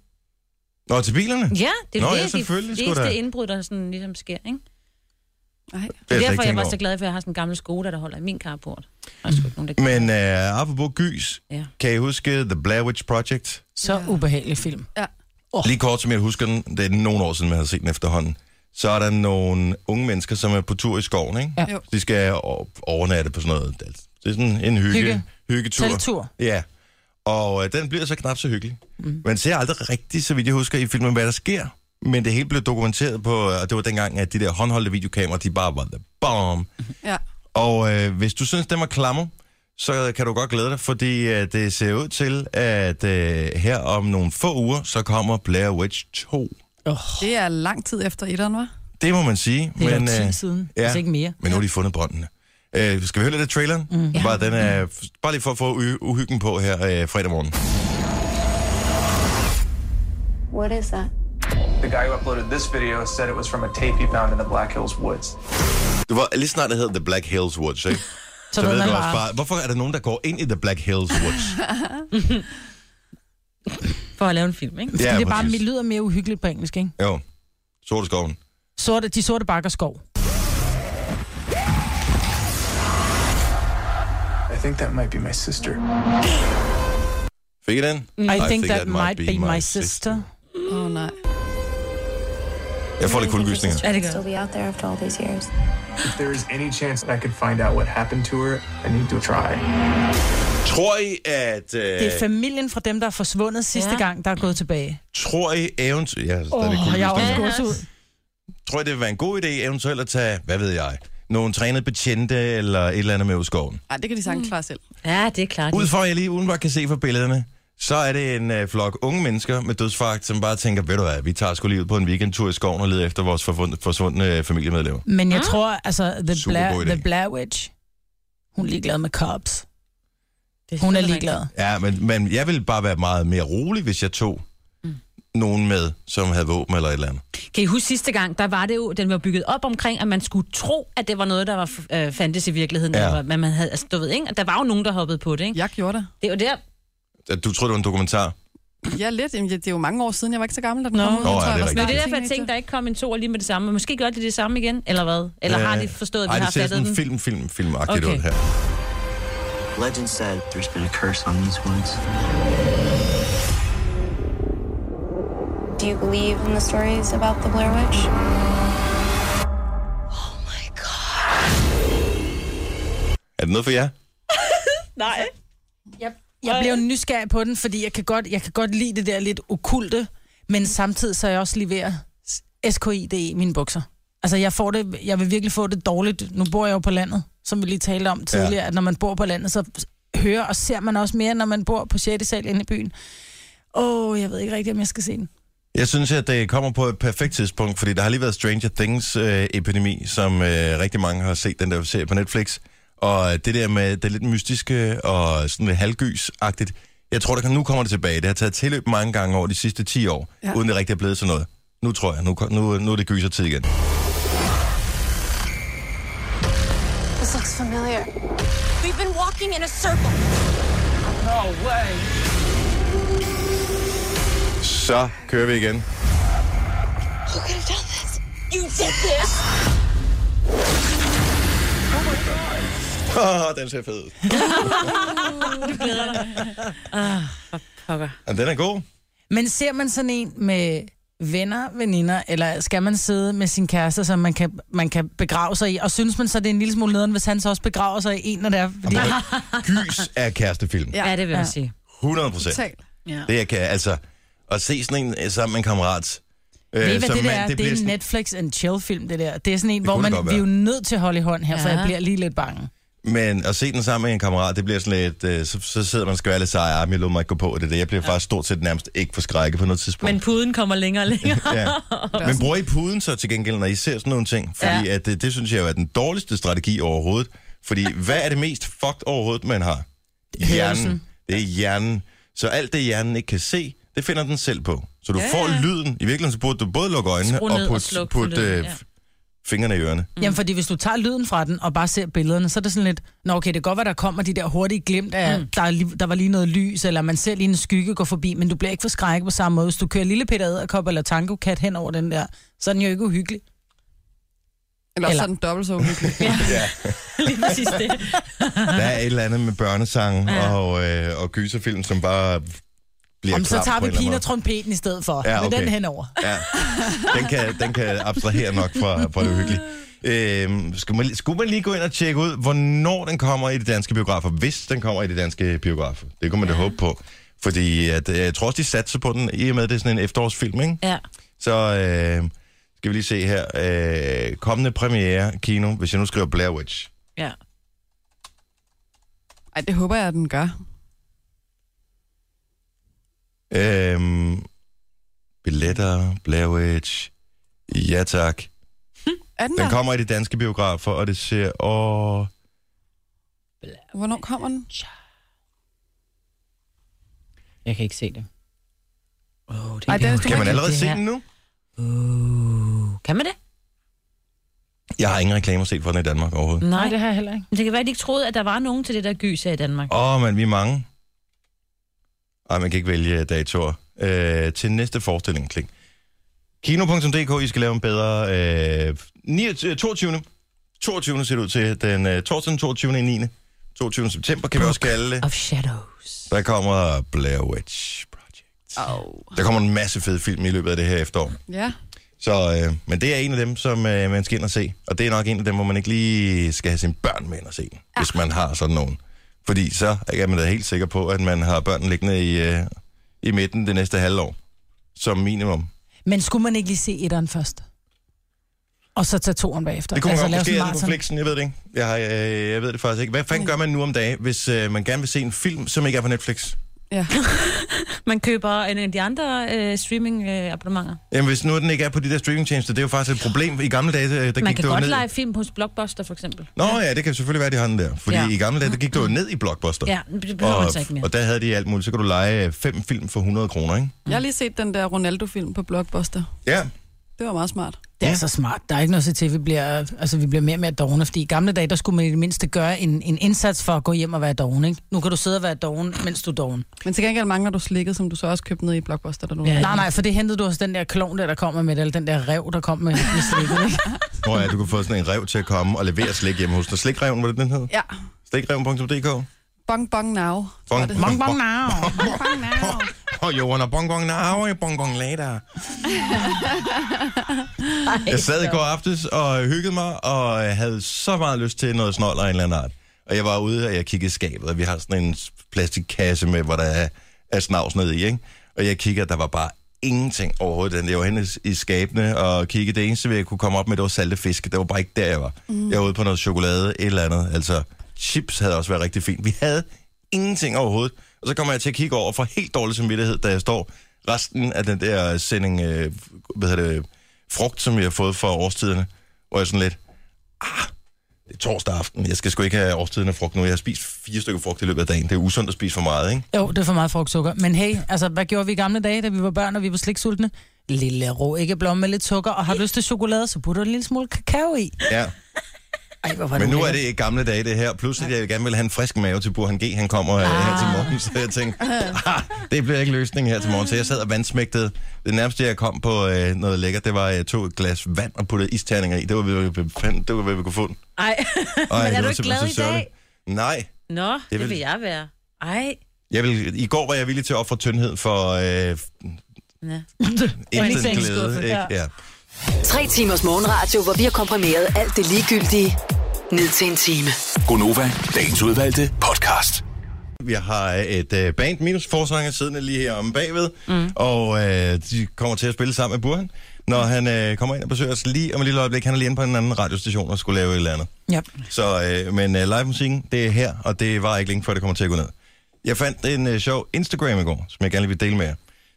Speaker 2: Nå, til bilerne?
Speaker 7: Ja, det er
Speaker 2: Nå,
Speaker 7: det,
Speaker 2: ja,
Speaker 7: de
Speaker 2: selvfølgelig, sgu
Speaker 7: fleste
Speaker 2: da.
Speaker 7: indbrud, der sådan ligesom sker, ikke?
Speaker 5: Nej.
Speaker 2: Det
Speaker 7: Det
Speaker 2: har
Speaker 7: er
Speaker 2: slet
Speaker 7: derfor,
Speaker 2: ikke
Speaker 7: jeg var
Speaker 2: tænkt
Speaker 7: så glad for, at jeg har sådan en gammel Skoda, der holder i min carport. Og sgu ikke nogen, der
Speaker 2: over. Men øh, apropos gys,
Speaker 7: Ja.
Speaker 2: kan I huske The Blair Witch Project?
Speaker 4: Så ja. ubehagelig film.
Speaker 2: Lige kort, som jeg husker den, det er nogle år siden, man har set den efterhånden. Så er der nogle unge mennesker, som er på tur i skoven, ikke?
Speaker 4: Ja.
Speaker 5: Jo.
Speaker 2: De skal o- overnatte på sådan noget. altså, Det er sådan en hygge,
Speaker 4: Hygge.
Speaker 2: hygge. hyggetur.
Speaker 4: Teltur.
Speaker 2: Ja. Og øh, den bliver så knap så hyggelig. Mm. Man ser aldrig rigtigt, så vidt jeg husker, i filmen, hvad der sker. Men det hele blev dokumenteret på, og det var dengang, at de der håndholdte videokameraer, de bare var the bomb.
Speaker 5: Ja.
Speaker 2: Og øh, hvis du synes, den var klammer, så kan du godt glæde dig, fordi øh, det ser ud til, at øh, her om nogle få uger, så kommer Blair Witch 2.
Speaker 5: Det er lang tid efter etteren, var.
Speaker 2: Det må man sige.
Speaker 4: Det er
Speaker 2: men,
Speaker 4: jo 10
Speaker 2: øh,
Speaker 4: siden,
Speaker 2: ja.
Speaker 4: ja. hvis ikke mere.
Speaker 2: men nu har de fundet brøndene. Øh, skal vi høre lidt af traileren? Mm. Ja. Bare, den er, bare lige for at få u- uhyggen på her øh, fredag morgen.
Speaker 9: What is that?
Speaker 10: The guy who uploaded this video said it was from a tape he found in the Black Hills woods.
Speaker 2: Du var lige snart, det hedder The Black Hills Woods, ikke? Så,
Speaker 4: Så, ved man
Speaker 2: du
Speaker 4: bare,
Speaker 2: bare, hvorfor er der nogen, der går ind i The Black Hills Woods?
Speaker 7: For at lave en film, ikke?
Speaker 4: ja, det er bare,
Speaker 2: præcis.
Speaker 4: det lyder mere uhyggeligt på engelsk, ikke?
Speaker 2: Jo, sorte skoven.
Speaker 4: Sorte, de sorte bakker skov.
Speaker 10: I think that might be my sister.
Speaker 2: Fik I den?
Speaker 4: I, think, that, might be my sister.
Speaker 5: Åh, oh, nej.
Speaker 2: Jeg får lidt kuldegysninger.
Speaker 7: Ja, det gør.
Speaker 9: Still be out there after all these years.
Speaker 10: If there is any chance I could find out what happened to her, I need to try.
Speaker 2: Tror I, at... Øh,
Speaker 4: Det er familien fra dem, der er forsvundet sidste
Speaker 7: Ja.
Speaker 4: ja. gang, der er gået tilbage.
Speaker 2: tror I eventuelt... Ja,
Speaker 4: Åh,
Speaker 2: oh,
Speaker 4: jeg er også
Speaker 7: Ja,
Speaker 4: gås ud.
Speaker 7: også.
Speaker 2: Tror I, det vil være en god idé eventuelt at tage, hvad ved jeg, nogle trænede betjente eller et eller andet med ud i skoven?
Speaker 5: Ej, det kan de sagtens klare selv.
Speaker 7: Ja, det er klart.
Speaker 2: Ud fra, at jeg lige udenbart kan se fra billederne, så er det en øh, flok unge mennesker med dødsfagt, som bare tænker, ved du hvad, vi tager sgu lige ud på en weekendtur i skoven og leder efter vores forfund- forsvundne øh, familiemedlemmer.
Speaker 4: Men jeg tror, altså, The
Speaker 2: Super
Speaker 4: Blair,
Speaker 2: god idé.
Speaker 4: the Blair Witch, hun er ligeglad med cops.
Speaker 7: Det
Speaker 4: Hun er
Speaker 7: selvfølgelig
Speaker 4: ligeglad.
Speaker 2: Ja, men, men jeg ville bare være meget mere rolig, hvis jeg tog mm. nogen med, som havde våben eller et eller andet.
Speaker 7: rigtigt. Kan I huske sidste gang, der var det jo, den var bygget op omkring, at man skulle tro, at det var noget, der var, øh, fandtes i virkeligheden.
Speaker 2: Ja.
Speaker 7: Ja. Var, men man havde, altså, du ved, ikke? Og der var jo nogen, der hoppede på det, ikke?
Speaker 5: Jeg gjorde det.
Speaker 7: Det er jo der.
Speaker 2: Du troede, det var en dokumentar?
Speaker 5: Ja, lidt. Jamen, ja, det er jo mange år siden. Jeg var ikke så gammel, da den
Speaker 4: Nå.
Speaker 5: kom ud.
Speaker 4: Nå,
Speaker 5: Jeg
Speaker 2: ja,
Speaker 5: tror,
Speaker 2: det er
Speaker 5: jeg var snart
Speaker 7: Men
Speaker 2: rigtigt.
Speaker 7: det er derfor, jeg
Speaker 5: teenager.
Speaker 7: tænkte, der ikke kom en to lige med det samme. Men Måske gør de det samme igen, eller hvad?
Speaker 2: Øh,
Speaker 7: Eller har de forstået, at vi
Speaker 2: Ej,
Speaker 7: har
Speaker 2: det ser
Speaker 7: fattet
Speaker 2: sådan
Speaker 7: den?
Speaker 2: film, film, filmagtigt
Speaker 7: Okay.
Speaker 2: ud her.
Speaker 10: Legend said there's been a curse on these woods.
Speaker 9: Do you believe in the stories about the Blair Witch?
Speaker 2: Er det noget for jer?
Speaker 7: Nej.
Speaker 4: Jeg blev nysgerrig på den, fordi jeg kan godt, jeg kan godt lide det der lidt okulte, men samtidig så er jeg også lige ved at SKID i mine bukser. Altså, jeg, får det, jeg vil virkelig få det dårligt. Nu bor jeg jo på landet, som vi lige talte om tidligere, ja. at når man bor på landet, så hører og ser man også mere, når man bor på 6. sal inde i byen. Åh, oh, jeg ved ikke rigtigt, om jeg skal se den.
Speaker 2: Jeg synes, at det kommer på et perfekt tidspunkt, fordi der har lige været Stranger Things-epidemi, som øh, rigtig mange har set, den der serie på Netflix. Og øh, det der med det lidt mystiske og sådan lidt halvgys-agtigt, jeg tror, der kan, nu kommer det tilbage. Det har taget tilløb mange gange over de sidste 10 år, ja.
Speaker 5: Ja.
Speaker 2: uden det rigtig er blevet sådan noget. Nu tror jeg, nu, ko- nu, nu er det gyser tid igen.
Speaker 9: This looks familiar.
Speaker 11: We've been walking in a circle.
Speaker 2: Så kører vi igen.
Speaker 9: Who could have done this?
Speaker 11: You did this!
Speaker 2: Åh, oh, den ser fed ud.
Speaker 7: Pokker.
Speaker 2: Og den er god.
Speaker 4: Men ser man sådan en med venner, veninder, eller skal man sidde med sin kæreste, som man kan, man kan begrave sig i? Og synes man så, det er en lille smule nederen, hvis han så også begraver sig i en, når det er... Fordi...
Speaker 2: Jamen, Gys er kærestefilm.
Speaker 5: Ja.
Speaker 7: Ja, det vil jeg sige.
Speaker 2: 100 procent.
Speaker 5: Total.
Speaker 2: Det jeg kan, altså, at se sådan en øh, sammen med en kammerat. Øh,
Speaker 4: Ved I, hvad
Speaker 2: som
Speaker 4: det der
Speaker 2: mand,
Speaker 4: er? Det,
Speaker 2: bliver
Speaker 4: det er en
Speaker 2: sådan-
Speaker 4: Netflix and chill film, det der. Det er sådan en,
Speaker 2: kunne
Speaker 4: hvor
Speaker 2: det
Speaker 4: man,
Speaker 2: godt
Speaker 4: vi er jo
Speaker 2: være.
Speaker 4: nødt til at holde i hånd her, for
Speaker 7: Ja.
Speaker 4: jeg bliver lige lidt bange.
Speaker 2: Men at se den sammen med en kammerat, det bliver sådan lidt... Øh, så, så sidder man og skal være lidt sej, ah, men jeg lod mig ikke gå på det der. Jeg bliver ja. faktisk stort set nærmest ikke forskrækket på noget tidspunkt.
Speaker 7: Men puden kommer længere og længere.
Speaker 2: Ja. Men bruger I puden så til gengæld, når I ser sådan nogle ting? Fordi
Speaker 7: Ja.
Speaker 2: ja. at øh, det, det synes jeg jo er den dårligste strategi overhovedet. Fordi hvad er det mest fucked overhovedet, man har? Hjernen.
Speaker 12: Hørelsen.
Speaker 2: Det er hjernen. Så alt det, hjernen ikke kan se, det finder den selv på. Så du
Speaker 4: Ja,
Speaker 2: ja. får
Speaker 4: ja.
Speaker 2: lyden. I virkeligheden så burde du både lukke øjnene
Speaker 4: Skru
Speaker 2: og
Speaker 4: ned og
Speaker 2: putte
Speaker 4: sluk for
Speaker 2: put,
Speaker 4: lyden,
Speaker 2: øh,
Speaker 4: ja.
Speaker 2: fingrene i ørerne.
Speaker 4: Mm. Jamen, fordi hvis du tager lyden fra den og bare ser billederne, så er det sådan lidt, nå okay, det kan godt være, der kommer de der hurtige glimt af, mm. der, er lige, der var lige noget lys, eller man ser lige en skygge gå forbi, men du bliver ikke forskrækket på samme måde. Hvis du kører Lille Peter Æderkop eller Tango Cat hen over den der, så er den jo ikke uhyggelig.
Speaker 5: Eller,
Speaker 4: Eller-
Speaker 5: eller. sådan dobbelt så uhyggeligt. ja.
Speaker 7: Lige præcis det.
Speaker 2: Der er et eller andet med børnesange ja.
Speaker 4: Ja.
Speaker 2: og, øh, og gyserfilm, som bare bliver
Speaker 4: Om så
Speaker 2: klam
Speaker 4: tager
Speaker 2: på
Speaker 4: vi
Speaker 2: en eller anden
Speaker 4: pigen
Speaker 2: måde.
Speaker 4: og trompeten i stedet for.
Speaker 2: Ja,
Speaker 4: Ja, okay.
Speaker 2: okay.
Speaker 4: Med den henover.
Speaker 2: Ja, den kan, den kan abstrahere nok fra, fra det uhyggelige. Øhm, skulle, man, skulle man lige gå ind og tjekke ud, hvornår den kommer i de danske biografer, hvis den kommer i de danske biografer? Det kunne man da håbe på. Fordi at, øh, jeg tror også, de satser på den, i og med, at det er sådan en efterårsfilm, ikke?
Speaker 7: Ja.
Speaker 2: Så øh, skal vi lige se her. Øh, kommende premiere, kino, hvis jeg nu skriver Blair Witch.
Speaker 7: ja.
Speaker 5: Ej, det håber jeg, at den gør.
Speaker 2: Øh, billetter, Blair Witch. Ja tak.
Speaker 5: Er den,
Speaker 2: Den
Speaker 5: der?
Speaker 2: kommer i de danske biografer, og det ser... Åh,
Speaker 5: Hvornår kommer den?
Speaker 13: Jeg kan ikke se det. Oh, det
Speaker 5: Ej, Dennis, du
Speaker 2: kan
Speaker 5: må
Speaker 2: man
Speaker 5: ikke-
Speaker 2: allerede
Speaker 5: det
Speaker 2: se
Speaker 5: her.
Speaker 2: den nu?
Speaker 7: Kan man det?
Speaker 2: Jeg har ingen reklamer set for den i Danmark overhovedet.
Speaker 7: Nej, det har jeg heller ikke. Men det kan være, at de ikke troede, at der var nogen til det der gys her i Danmark.
Speaker 5: Mm.
Speaker 2: Åh, oh, men vi er mange. Ej, man kan ikke vælge datoer. Øh, til næste forestilling, klik. Kino.dk, I skal lave en bedre... Øh, 29, 22. 22. ser det ud til. Den øh, torsdag den 22. i 9. 22. september kan vi også kalde det.
Speaker 7: Of Shadow.
Speaker 2: Der kommer Blair Witch Project.
Speaker 5: Oh.
Speaker 2: Der kommer en masse fede film i løbet af det her efterår.
Speaker 5: Ja.
Speaker 2: Så, øh, men det er en af dem, som øh, man skal ind og se. Og det er nok en af dem, hvor man ikke lige skal have sine børn med ind og se, ja. hvis man har sådan nogen. Fordi så er man da helt sikker på, at man har børn liggende i, øh, i midten det næste halvår. Som minimum.
Speaker 4: Men skulle man ikke lige se etteren først? Og så tage toeren bagefter? Altså,
Speaker 2: Det kunne
Speaker 7: Altså,
Speaker 2: man godt
Speaker 4: lave sådan en
Speaker 2: måske er det på
Speaker 4: maraton.
Speaker 2: flexen, jeg ved det ikke. Jeg, har, øh, jeg ved det faktisk ikke. Hvad
Speaker 7: Mm.
Speaker 2: fanden gør man nu om dagen, hvis øh, man gerne vil se en film, som ikke er på Netflix?
Speaker 5: Ja.
Speaker 7: man køber en af de andre øh, streaming-abonnementer.
Speaker 2: Jamen, hvis nu den ikke er på de der streamingtjenester, det er jo faktisk et problem. I gamle dage, øh, der
Speaker 7: man
Speaker 2: gik
Speaker 7: kan
Speaker 2: det jo
Speaker 7: godt
Speaker 2: ned...
Speaker 7: lege film hos Blockbuster, for eksempel.
Speaker 2: Nå ja, det kan selvfølgelig være, de har den der. Fordi
Speaker 7: Ja. Mm.
Speaker 2: ja. i gamle dage, der gik du jo ned i Blockbuster.
Speaker 7: Ja, men det behøver
Speaker 2: og,
Speaker 7: man så ikke mere.
Speaker 2: Og der havde de alt muligt. Så kunne du lege øh, fem film for 100 kroner, ikke?
Speaker 5: Jeg har lige set den der Ronaldo-film på Blockbuster.
Speaker 2: Ja.
Speaker 5: Det var meget smart.
Speaker 4: Det er så smart. Der er ikke noget at se til, at vi bliver, altså, vi bliver mere og mere dogne, fordi i gamle dage, der skulle man i det mindste gøre en, en indsats for at gå hjem og være doven, ikke? Nu kan du sidde og være doven, mens du er doven.
Speaker 5: Men til gengæld mangler du slikket, som du så også købte ned i Blockbuster. Der nu
Speaker 4: Ja, nej, nej, for det hentede du hos den der klon, der, der kommer med det, eller den der rev, der kom med, med slikket, ikke?
Speaker 2: Hvor ja, du kunne få sådan en rev til at komme og levere slik hjemme hos dig. Slikreven, var det den hed?
Speaker 5: Ja.
Speaker 2: Slikreven.dk
Speaker 5: Bong bong now. tror jeg, det
Speaker 2: Bong,
Speaker 5: hedder.
Speaker 2: bong
Speaker 4: now.
Speaker 5: Bong bong now.
Speaker 2: Og jo, under bongbong now og bongbong later. Jeg sad i går aftes og hyggede mig, og jeg havde så meget lyst til noget snold af en eller anden art. Og jeg var ude, og jeg kiggede i skabet, og vi har sådan en plastikkasse med, hvor der er, er snavs ned i, ikke? Og jeg kigger, der var bare ingenting overhovedet. Den- Jeg var henne i skabene og kiggede. Det eneste, jeg kunne komme op med, det var salte fisk. Det var bare ikke der, jeg var. Mm. Jeg var ude på noget chokolade, et eller andet. Altså, chips havde også været rigtig fint. Vi havde ingenting overhovedet. Og så kommer jeg til at kigge over for helt dårlig samvittighed, da jeg står resten af den der sending, øh, hvad hedder det, frugt, som jeg har fået fra årstiderne, hvor jeg sådan lidt, ah, det er torsdag aften, jeg skal sgu ikke have årstiderne frugt nu. Jeg har spist fire stykker frugt i løbet af dagen. Det er usundt at spise for meget, ikke?
Speaker 4: Jo, det er for meget frugtsukker. Men hey, altså, hvad gjorde vi i gamle dage, da vi var børn, og vi var sliksultne? Lille rå æggeblomme med lidt sukker, og har du lyst til chokolade, så putter du en lille smule kakao i.
Speaker 2: Ja.
Speaker 4: Ej, hvor var
Speaker 2: Men nu er det
Speaker 4: lækkert.
Speaker 2: ikke gamle dage, det her. Pludselig, jeg gerne vil have en frisk mave til Burhan G. Han kommer ah. her til morgen, så jeg tænkte, ah, det bliver ikke løsningen her til morgen. Så jeg sad og vandsmægtede. Det nærmeste, jeg kom på øh, noget lækkert, det var, at jeg tog et glas vand og puttede isterninger i. Det var, hvad vi, fandt, det var, hvad vi kunne få. Ej,
Speaker 7: Ej, men er
Speaker 2: det
Speaker 7: du
Speaker 2: var
Speaker 7: ikke glad
Speaker 2: simpelthen
Speaker 7: i
Speaker 2: så
Speaker 7: dag?
Speaker 2: sørgeligt. Nej.
Speaker 7: Nå, det,
Speaker 2: vil-
Speaker 7: det vil jeg være. Ej.
Speaker 2: Jeg vil, I går var jeg villig til at ofre tyndhed for øh,
Speaker 7: Ja.
Speaker 2: intet glæde. Ikke? Ja.
Speaker 1: Tre timers morgenradio, hvor vi har komprimeret alt det ligegyldige ned til en time.
Speaker 6: Gonova, dagens udvalgte podcast.
Speaker 2: Vi har et øh, band minus forsanger siddende lige her om bagved, mm. og øh, de kommer til at spille sammen med Burhan, når han øh, kommer ind og besøger os lige om et lille øjeblik. Han er lige inde på en anden radiostation og skulle lave et eller andet.
Speaker 4: Yep.
Speaker 2: Så, øh, men øh, live musikken, det er her, og det var ikke længe før, det kommer til at gå ned. Jeg fandt en øh, sjov Instagram i går, som jeg gerne vil dele med jer.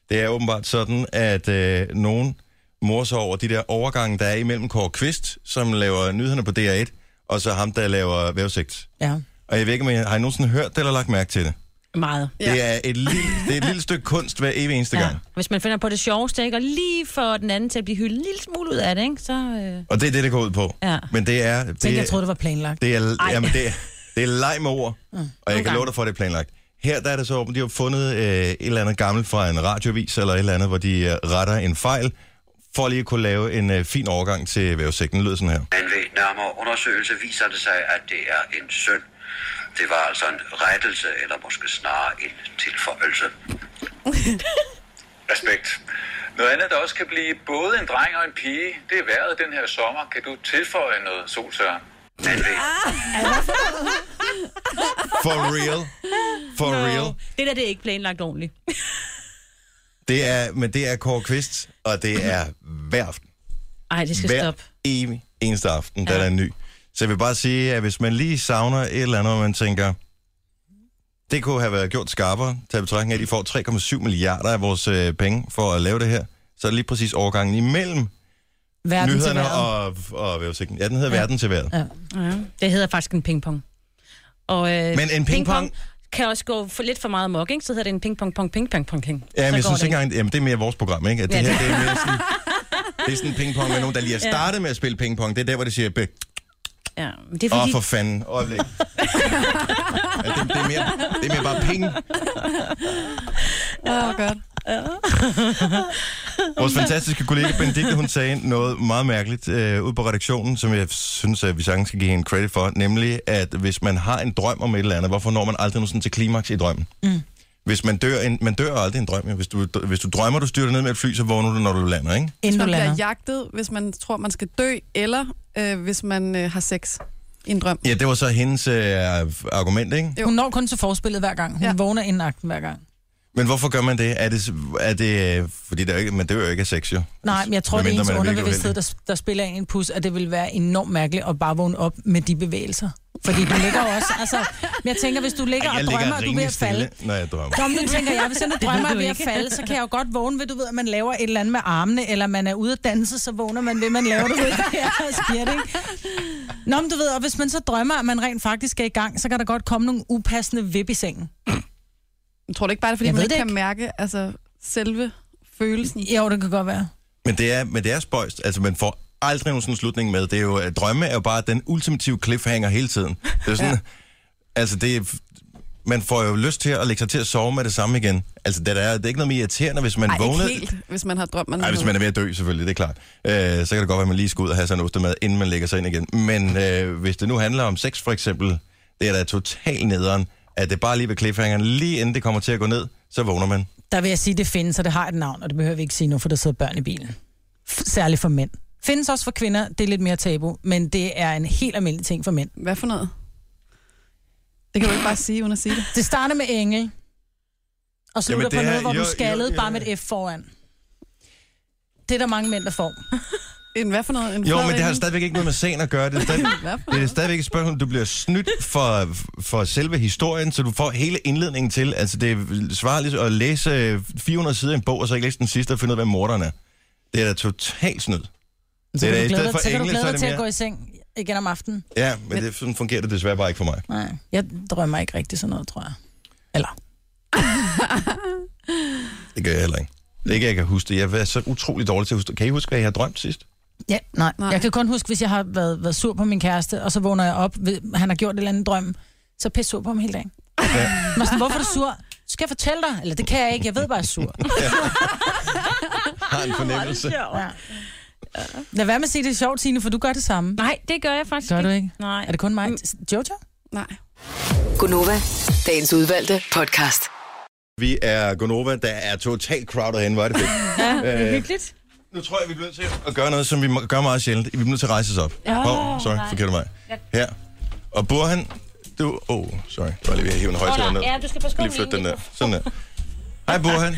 Speaker 2: Det er åbenbart sådan, at øh, nogen morser over de der overgange, der er imellem Kåre Kvist, som laver nyhederne på DR1, og så ham, der laver vævesigt.
Speaker 4: Ja.
Speaker 2: Og jeg ved ikke, om I har I nogensinde hørt det eller lagt mærke til det?
Speaker 7: Meget.
Speaker 2: Det, er et lille, det er et lille stykke kunst hver evig eneste gang.
Speaker 7: Hvis man finder på det sjoveste, ikke? og lige for den anden til at blive hyldet en lille smule ud af det, ikke? så... Øh,
Speaker 2: Og det er det, det går ud på.
Speaker 7: ja.
Speaker 2: Men det er... Det,
Speaker 4: Tænk, jeg troede, det var planlagt.
Speaker 2: Det
Speaker 4: Ej.
Speaker 2: er, jamen, det, er- det er leg med ord,
Speaker 4: Mm.
Speaker 2: og jeg
Speaker 4: Nogle
Speaker 2: kan love dig for, at det er planlagt. Her der er det så åbent, de har fundet øh, et eller andet gammelt fra en radiovis eller et eller andet, hvor de øh, retter en fejl, for lige at kunne lave en øh, fin overgang til vævesigten. Den lyder sådan her.
Speaker 12: Men ved nærmere undersøgelse viser det sig, at det er en synd. Det var altså en rettelse, eller måske snarere en tilføjelse.
Speaker 14: Respekt. Noget andet, der også kan blive både en dreng og en pige, det er vejret den her sommer. Kan du tilføje noget sol, Søren?
Speaker 2: For real. For no. real.
Speaker 7: Det der, det er ikke planlagt ordentligt.
Speaker 2: Det er, men det er Kåre Kvist, og det er hver aften.
Speaker 7: Ej, det skal
Speaker 2: hver
Speaker 7: stoppe.
Speaker 2: evig eneste aften, der ja. er en ny. Så jeg vil bare sige, at hvis man lige savner et eller andet, og man tænker, det kunne have været gjort skarpere, til betragtning af, at de får 3,7 milliarder af vores øh, penge for at lave det her, så er det lige præcis overgangen imellem
Speaker 7: Verden til
Speaker 2: nyhederne og,
Speaker 7: vejret.
Speaker 2: og vævesigten. Ja, den hedder ja. Verden til vejret.
Speaker 4: Ja.
Speaker 7: ja. Det hedder faktisk en pingpong. Og, øh,
Speaker 2: Men en pingpong-
Speaker 7: kan også gå for lidt for meget mok, ikke? Så hedder det en pingpong, pong, ping, pong, pong, ping.
Speaker 2: Ja, men jeg
Speaker 7: går
Speaker 2: synes
Speaker 7: det
Speaker 2: ikke engang, jamen det er mere vores program, ikke? At det
Speaker 7: Ja,
Speaker 2: her,
Speaker 7: det-
Speaker 2: det er mere sådan, det er sådan pingpong med nogen, der lige har
Speaker 7: Ja.
Speaker 2: startet med at spille pingpong. Det er der, hvor de siger, "Bæk,
Speaker 7: Ja, men det er
Speaker 2: Åh,
Speaker 7: fordi...
Speaker 2: oh, for fanden. Øjeblik. ja, det, det, er mere, det er mere bare penge.
Speaker 5: Åh, oh, godt.
Speaker 2: Vores fantastiske kollega Benedikte, hun sagde noget meget mærkeligt øh, ude på redaktionen, som jeg synes, at vi sagtens skal give hende credit for, nemlig, at hvis man har en drøm om et eller andet, hvorfor når man aldrig nogensinde til klimaks i drømmen?
Speaker 4: Mm.
Speaker 2: Hvis man dør, en, man dør aldrig en drøm. Ja. Hvis du, hvis du drømmer, du styrer ned med et fly, så vågner du, når du lander, ikke?
Speaker 5: Hvis man
Speaker 4: lander.
Speaker 5: bliver jagtet, hvis man tror, man skal dø, eller øh, hvis man øh, har sex i en drøm.
Speaker 2: Ja, det var så hendes øh, argument, ikke?
Speaker 4: Hun når kun til forspillet hver gang. Hun ja. vågner inden akten hver gang.
Speaker 2: Men hvorfor gør man det? Er det, er det øh, fordi der er jo ikke, man dør jo ikke af sex, jo?
Speaker 4: Nej, men jeg tror, det er
Speaker 2: Medmindre
Speaker 4: ens
Speaker 2: man er virkelig
Speaker 4: underbevidsthed, der, der spiller en en pus, at det vil være enormt mærkeligt at bare vågne op med de bevægelser. Fordi du ligger jo også, altså... Men jeg tænker, hvis du ligger
Speaker 2: Ej,
Speaker 4: og
Speaker 2: jeg
Speaker 4: drømmer,
Speaker 2: ligger
Speaker 4: at du er ved
Speaker 2: rimelig
Speaker 4: at falde...
Speaker 2: stille, når jeg drømmer.
Speaker 4: Kom, nu tænker jeg, hvis jeg nu
Speaker 7: Det ved
Speaker 4: drømmer, at
Speaker 7: du
Speaker 4: ved at
Speaker 7: ikke.
Speaker 4: falde, så kan jeg jo godt vågne ved, du ved, at man laver et eller andet med armene, eller man er ude at danse, så vågner man ved, man laver det ved, det her skjert, ikke? Nå, men du ved, og hvis man så drømmer, at man rent faktisk er i gang, så kan der godt komme nogle upassende vip i sengen.
Speaker 5: Jeg tror du ikke bare, det er, fordi
Speaker 4: Jeg
Speaker 5: man
Speaker 4: ved
Speaker 5: ikke
Speaker 4: det
Speaker 5: kan mærke altså, selve følelsen?
Speaker 4: Jo, det kan godt være.
Speaker 2: Men det er, men det er spøjst. Altså, man får aldrig nogen sådan slutning med. Det er jo, at drømme er jo bare den ultimative cliffhanger hele tiden. Det er sådan, ja. altså, det er, man får jo lyst til at lægge sig til at sove med det samme igen. Altså, det er, det er ikke noget mere irriterende, hvis man
Speaker 5: Ej,
Speaker 2: vågner...
Speaker 5: ikke helt, hvis man har drømt, man
Speaker 2: Nej, hvis man er ved at dø, selvfølgelig, det er klart. Øh, så kan det godt være, at man lige skal ud og have sig en ostemad, inden man lægger sig ind igen. Men øh, hvis det nu handler om sex, for eksempel, det er da totalt nederen, at det bare lige ved cliffhangeren, lige inden det kommer til at gå ned, så vågner man.
Speaker 4: Der vil jeg sige, det findes, og det har et navn, og det behøver vi ikke sige nu, for der sidder børn i bilen. F- særligt for mænd. Findes også for kvinder, det er lidt mere tabu, men det er en helt almindelig ting for mænd.
Speaker 5: Hvad for noget? Det kan du ikke bare sige, uden at sige det.
Speaker 4: Det starter med engel, og slutter
Speaker 5: Jamen,
Speaker 4: Jamen,
Speaker 5: det
Speaker 4: på noget,
Speaker 5: er-
Speaker 4: hvor
Speaker 5: jo,
Speaker 4: du er skaldet,
Speaker 5: jo, jo,
Speaker 4: bare med et F foran. Det er der mange mænd, der får.
Speaker 5: en hvad for noget? En
Speaker 2: Jo, men det har stadigvæk ikke noget med sagen at gøre. Det er, stadig, det er stadigvæk et spørgsmål, du bliver snydt for, for selve historien, så du får hele indledningen til. Altså, det er svarligt at læse 400 sider i en bog, og så ikke læse den sidste og finde ud af, hvem morderen er. Det er da totalt snyd.
Speaker 4: Så
Speaker 2: er
Speaker 4: kan du
Speaker 2: da i stedet
Speaker 4: glæde dig,
Speaker 2: for
Speaker 4: så kan du
Speaker 2: engle,
Speaker 4: glæde
Speaker 2: så
Speaker 4: dig
Speaker 2: er det
Speaker 4: til at
Speaker 2: mere-
Speaker 4: gå i seng igen om aftenen.
Speaker 2: Ja, men det, sådan fungerer det desværre bare ikke for mig.
Speaker 4: Nej, jeg drømmer ikke rigtig sådan noget, tror jeg. Eller...
Speaker 2: Det gør jeg heller ikke. Det er ikke, jeg kan huske det. Jeg er så utrolig dårlig til at huske det. Kan I huske, hvad jeg har drømt sidst?
Speaker 4: Ja, nej. nej. Jeg kan kun huske, hvis jeg har været, været sur på min kæreste, og så vågner jeg op, ved, han har gjort et eller andet drøm, så er jeg sur på ham hele dagen.
Speaker 2: Ja.
Speaker 4: Man er sådan, hvorfor er du sur? Skal jeg fortælle dig? Eller det kan jeg ikke, jeg ved bare, jeg er sur.
Speaker 2: Har en fornemmelse.
Speaker 4: Ja. Lad være med at sige, det er sjovt, Signe, for du gør det samme.
Speaker 7: Nej, Mm. det gør jeg faktisk
Speaker 4: Gør du
Speaker 7: ikke.
Speaker 4: ikke?
Speaker 7: Nej.
Speaker 4: Er det kun mig? Jojo?
Speaker 5: Nej.
Speaker 1: Gunova, dagens udvalgte podcast.
Speaker 2: Vi er Gonova, der er totalt crowded hen. Hvor er det fedt.
Speaker 7: Ja, det er
Speaker 2: Øh,
Speaker 7: hyggeligt.
Speaker 2: Nu tror jeg, vi bliver nødt til at gøre noget, som vi må- gør meget sjældent. Vi bliver nødt til at rejse os op.
Speaker 7: Åh,
Speaker 2: oh, sorry,
Speaker 7: nej.
Speaker 2: forkert mig. Her. Og Burhan, du... Åh, oh, sorry. Jeg var lige ved at hive en højtaler
Speaker 7: Åh,
Speaker 2: ned.
Speaker 7: nej, ja, du skal passe på
Speaker 2: Lige
Speaker 7: med
Speaker 2: flytte den
Speaker 7: min
Speaker 2: der. Sådan der. Hej, Burhan.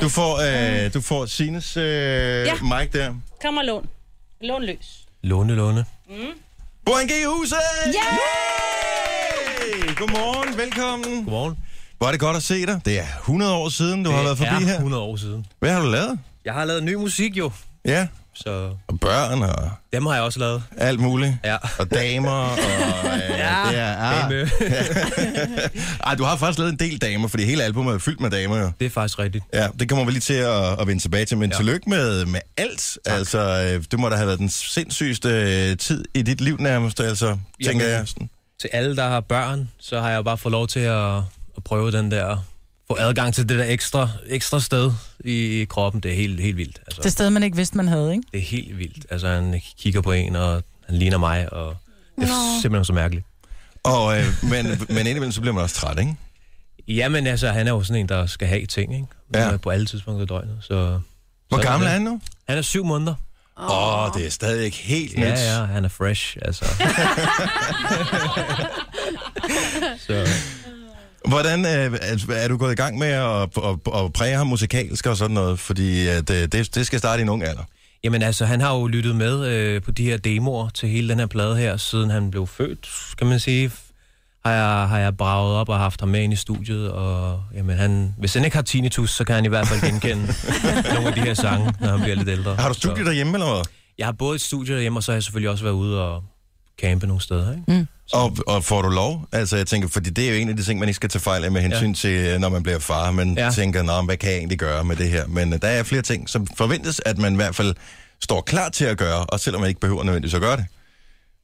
Speaker 2: Du får, øh, du får Sines øh, ja. mic der.
Speaker 7: Kom og lån. Lån løs.
Speaker 15: Låne, låne.
Speaker 7: Mm.
Speaker 2: Burhan G. i huset! Yay! Godmorgen, velkommen. Godmorgen. Hvor er det godt at se dig. Det er 100 år siden, du det har været forbi her.
Speaker 15: 100 år siden.
Speaker 2: Hvad har du lavet?
Speaker 15: Jeg har lavet ny musik jo,
Speaker 2: Ja,
Speaker 15: så
Speaker 2: og børn og
Speaker 15: dem har jeg også lavet.
Speaker 2: alt muligt.
Speaker 15: Ja.
Speaker 2: Og damer og... Øh, ja, det er, ah.
Speaker 15: dame.
Speaker 2: Ej, du har faktisk lavet en del damer, fordi hele albumet er fyldt med damer jo.
Speaker 15: Det er faktisk rigtigt.
Speaker 2: Ja, det kommer vi lige til at, at vende tilbage til, men ja. tillykke med, med alt. Tak. Altså, øh, det må da have været den sindssygeste øh, tid i dit liv nærmest, altså, tænker
Speaker 15: Jamen,
Speaker 2: jeg. Sådan.
Speaker 15: Til alle, der har børn, så har jeg jo bare fået lov til at, at prøve den der... Få adgang til det der ekstra, ekstra sted i, i kroppen. Det er helt, helt vildt. Altså,
Speaker 4: Det sted, man ikke vidste, man havde, ikke?
Speaker 15: det er helt vildt. Altså, han kigger på en, og han ligner mig, og det er
Speaker 4: Nå.
Speaker 15: simpelthen så mærkeligt.
Speaker 2: Og, øh, men, men indimellem, så bliver man også træt, ikke?
Speaker 15: Jamen altså, han er jo sådan en, der skal have ting, ikke?
Speaker 2: Ja.
Speaker 15: Ja. På alle tidspunkter af døgnet, så...
Speaker 2: Hvor
Speaker 15: sådan
Speaker 2: gammel
Speaker 15: det.
Speaker 2: er han nu?
Speaker 15: Han er syv måneder.
Speaker 2: Åh, oh, det er stadig ikke helt nyt.
Speaker 15: Ja, ja, han er fresh, altså. så,
Speaker 2: Hvordan øh, er- er du gået i gang med at, at, at præge ham musikalsk og sådan noget? Fordi at, øh, det, det skal starte i en ung alder.
Speaker 15: Jamen altså, han har jo lyttet med øh, på de her demoer til hele den her plade her, siden han blev født, kan man sige. Har jeg, har jeg braget op og haft ham med ind i studiet, og jamen, han, hvis han ikke har tinnitus, så kan han i hvert fald genkende nogle af de her sange, når han bliver lidt ældre.
Speaker 2: Har du studie derhjemme, eller hvad?
Speaker 15: Jeg har både et studie derhjemme, og så har jeg selvfølgelig også været ude og campe nogle steder, ikke?
Speaker 2: Og, og får du lov? Altså, jeg tænker, fordi det er jo en af de ting, man ikke skal tage fejl af med hensyn ja. til, øh, når man bliver far. Man ja. tænker, Nå, men hvad kan jeg egentlig gøre med det her? Men øh, der er flere ting, som forventes, at man i hvert fald står klar til at gøre, og selvom man ikke behøver nødvendigvis at gøre det.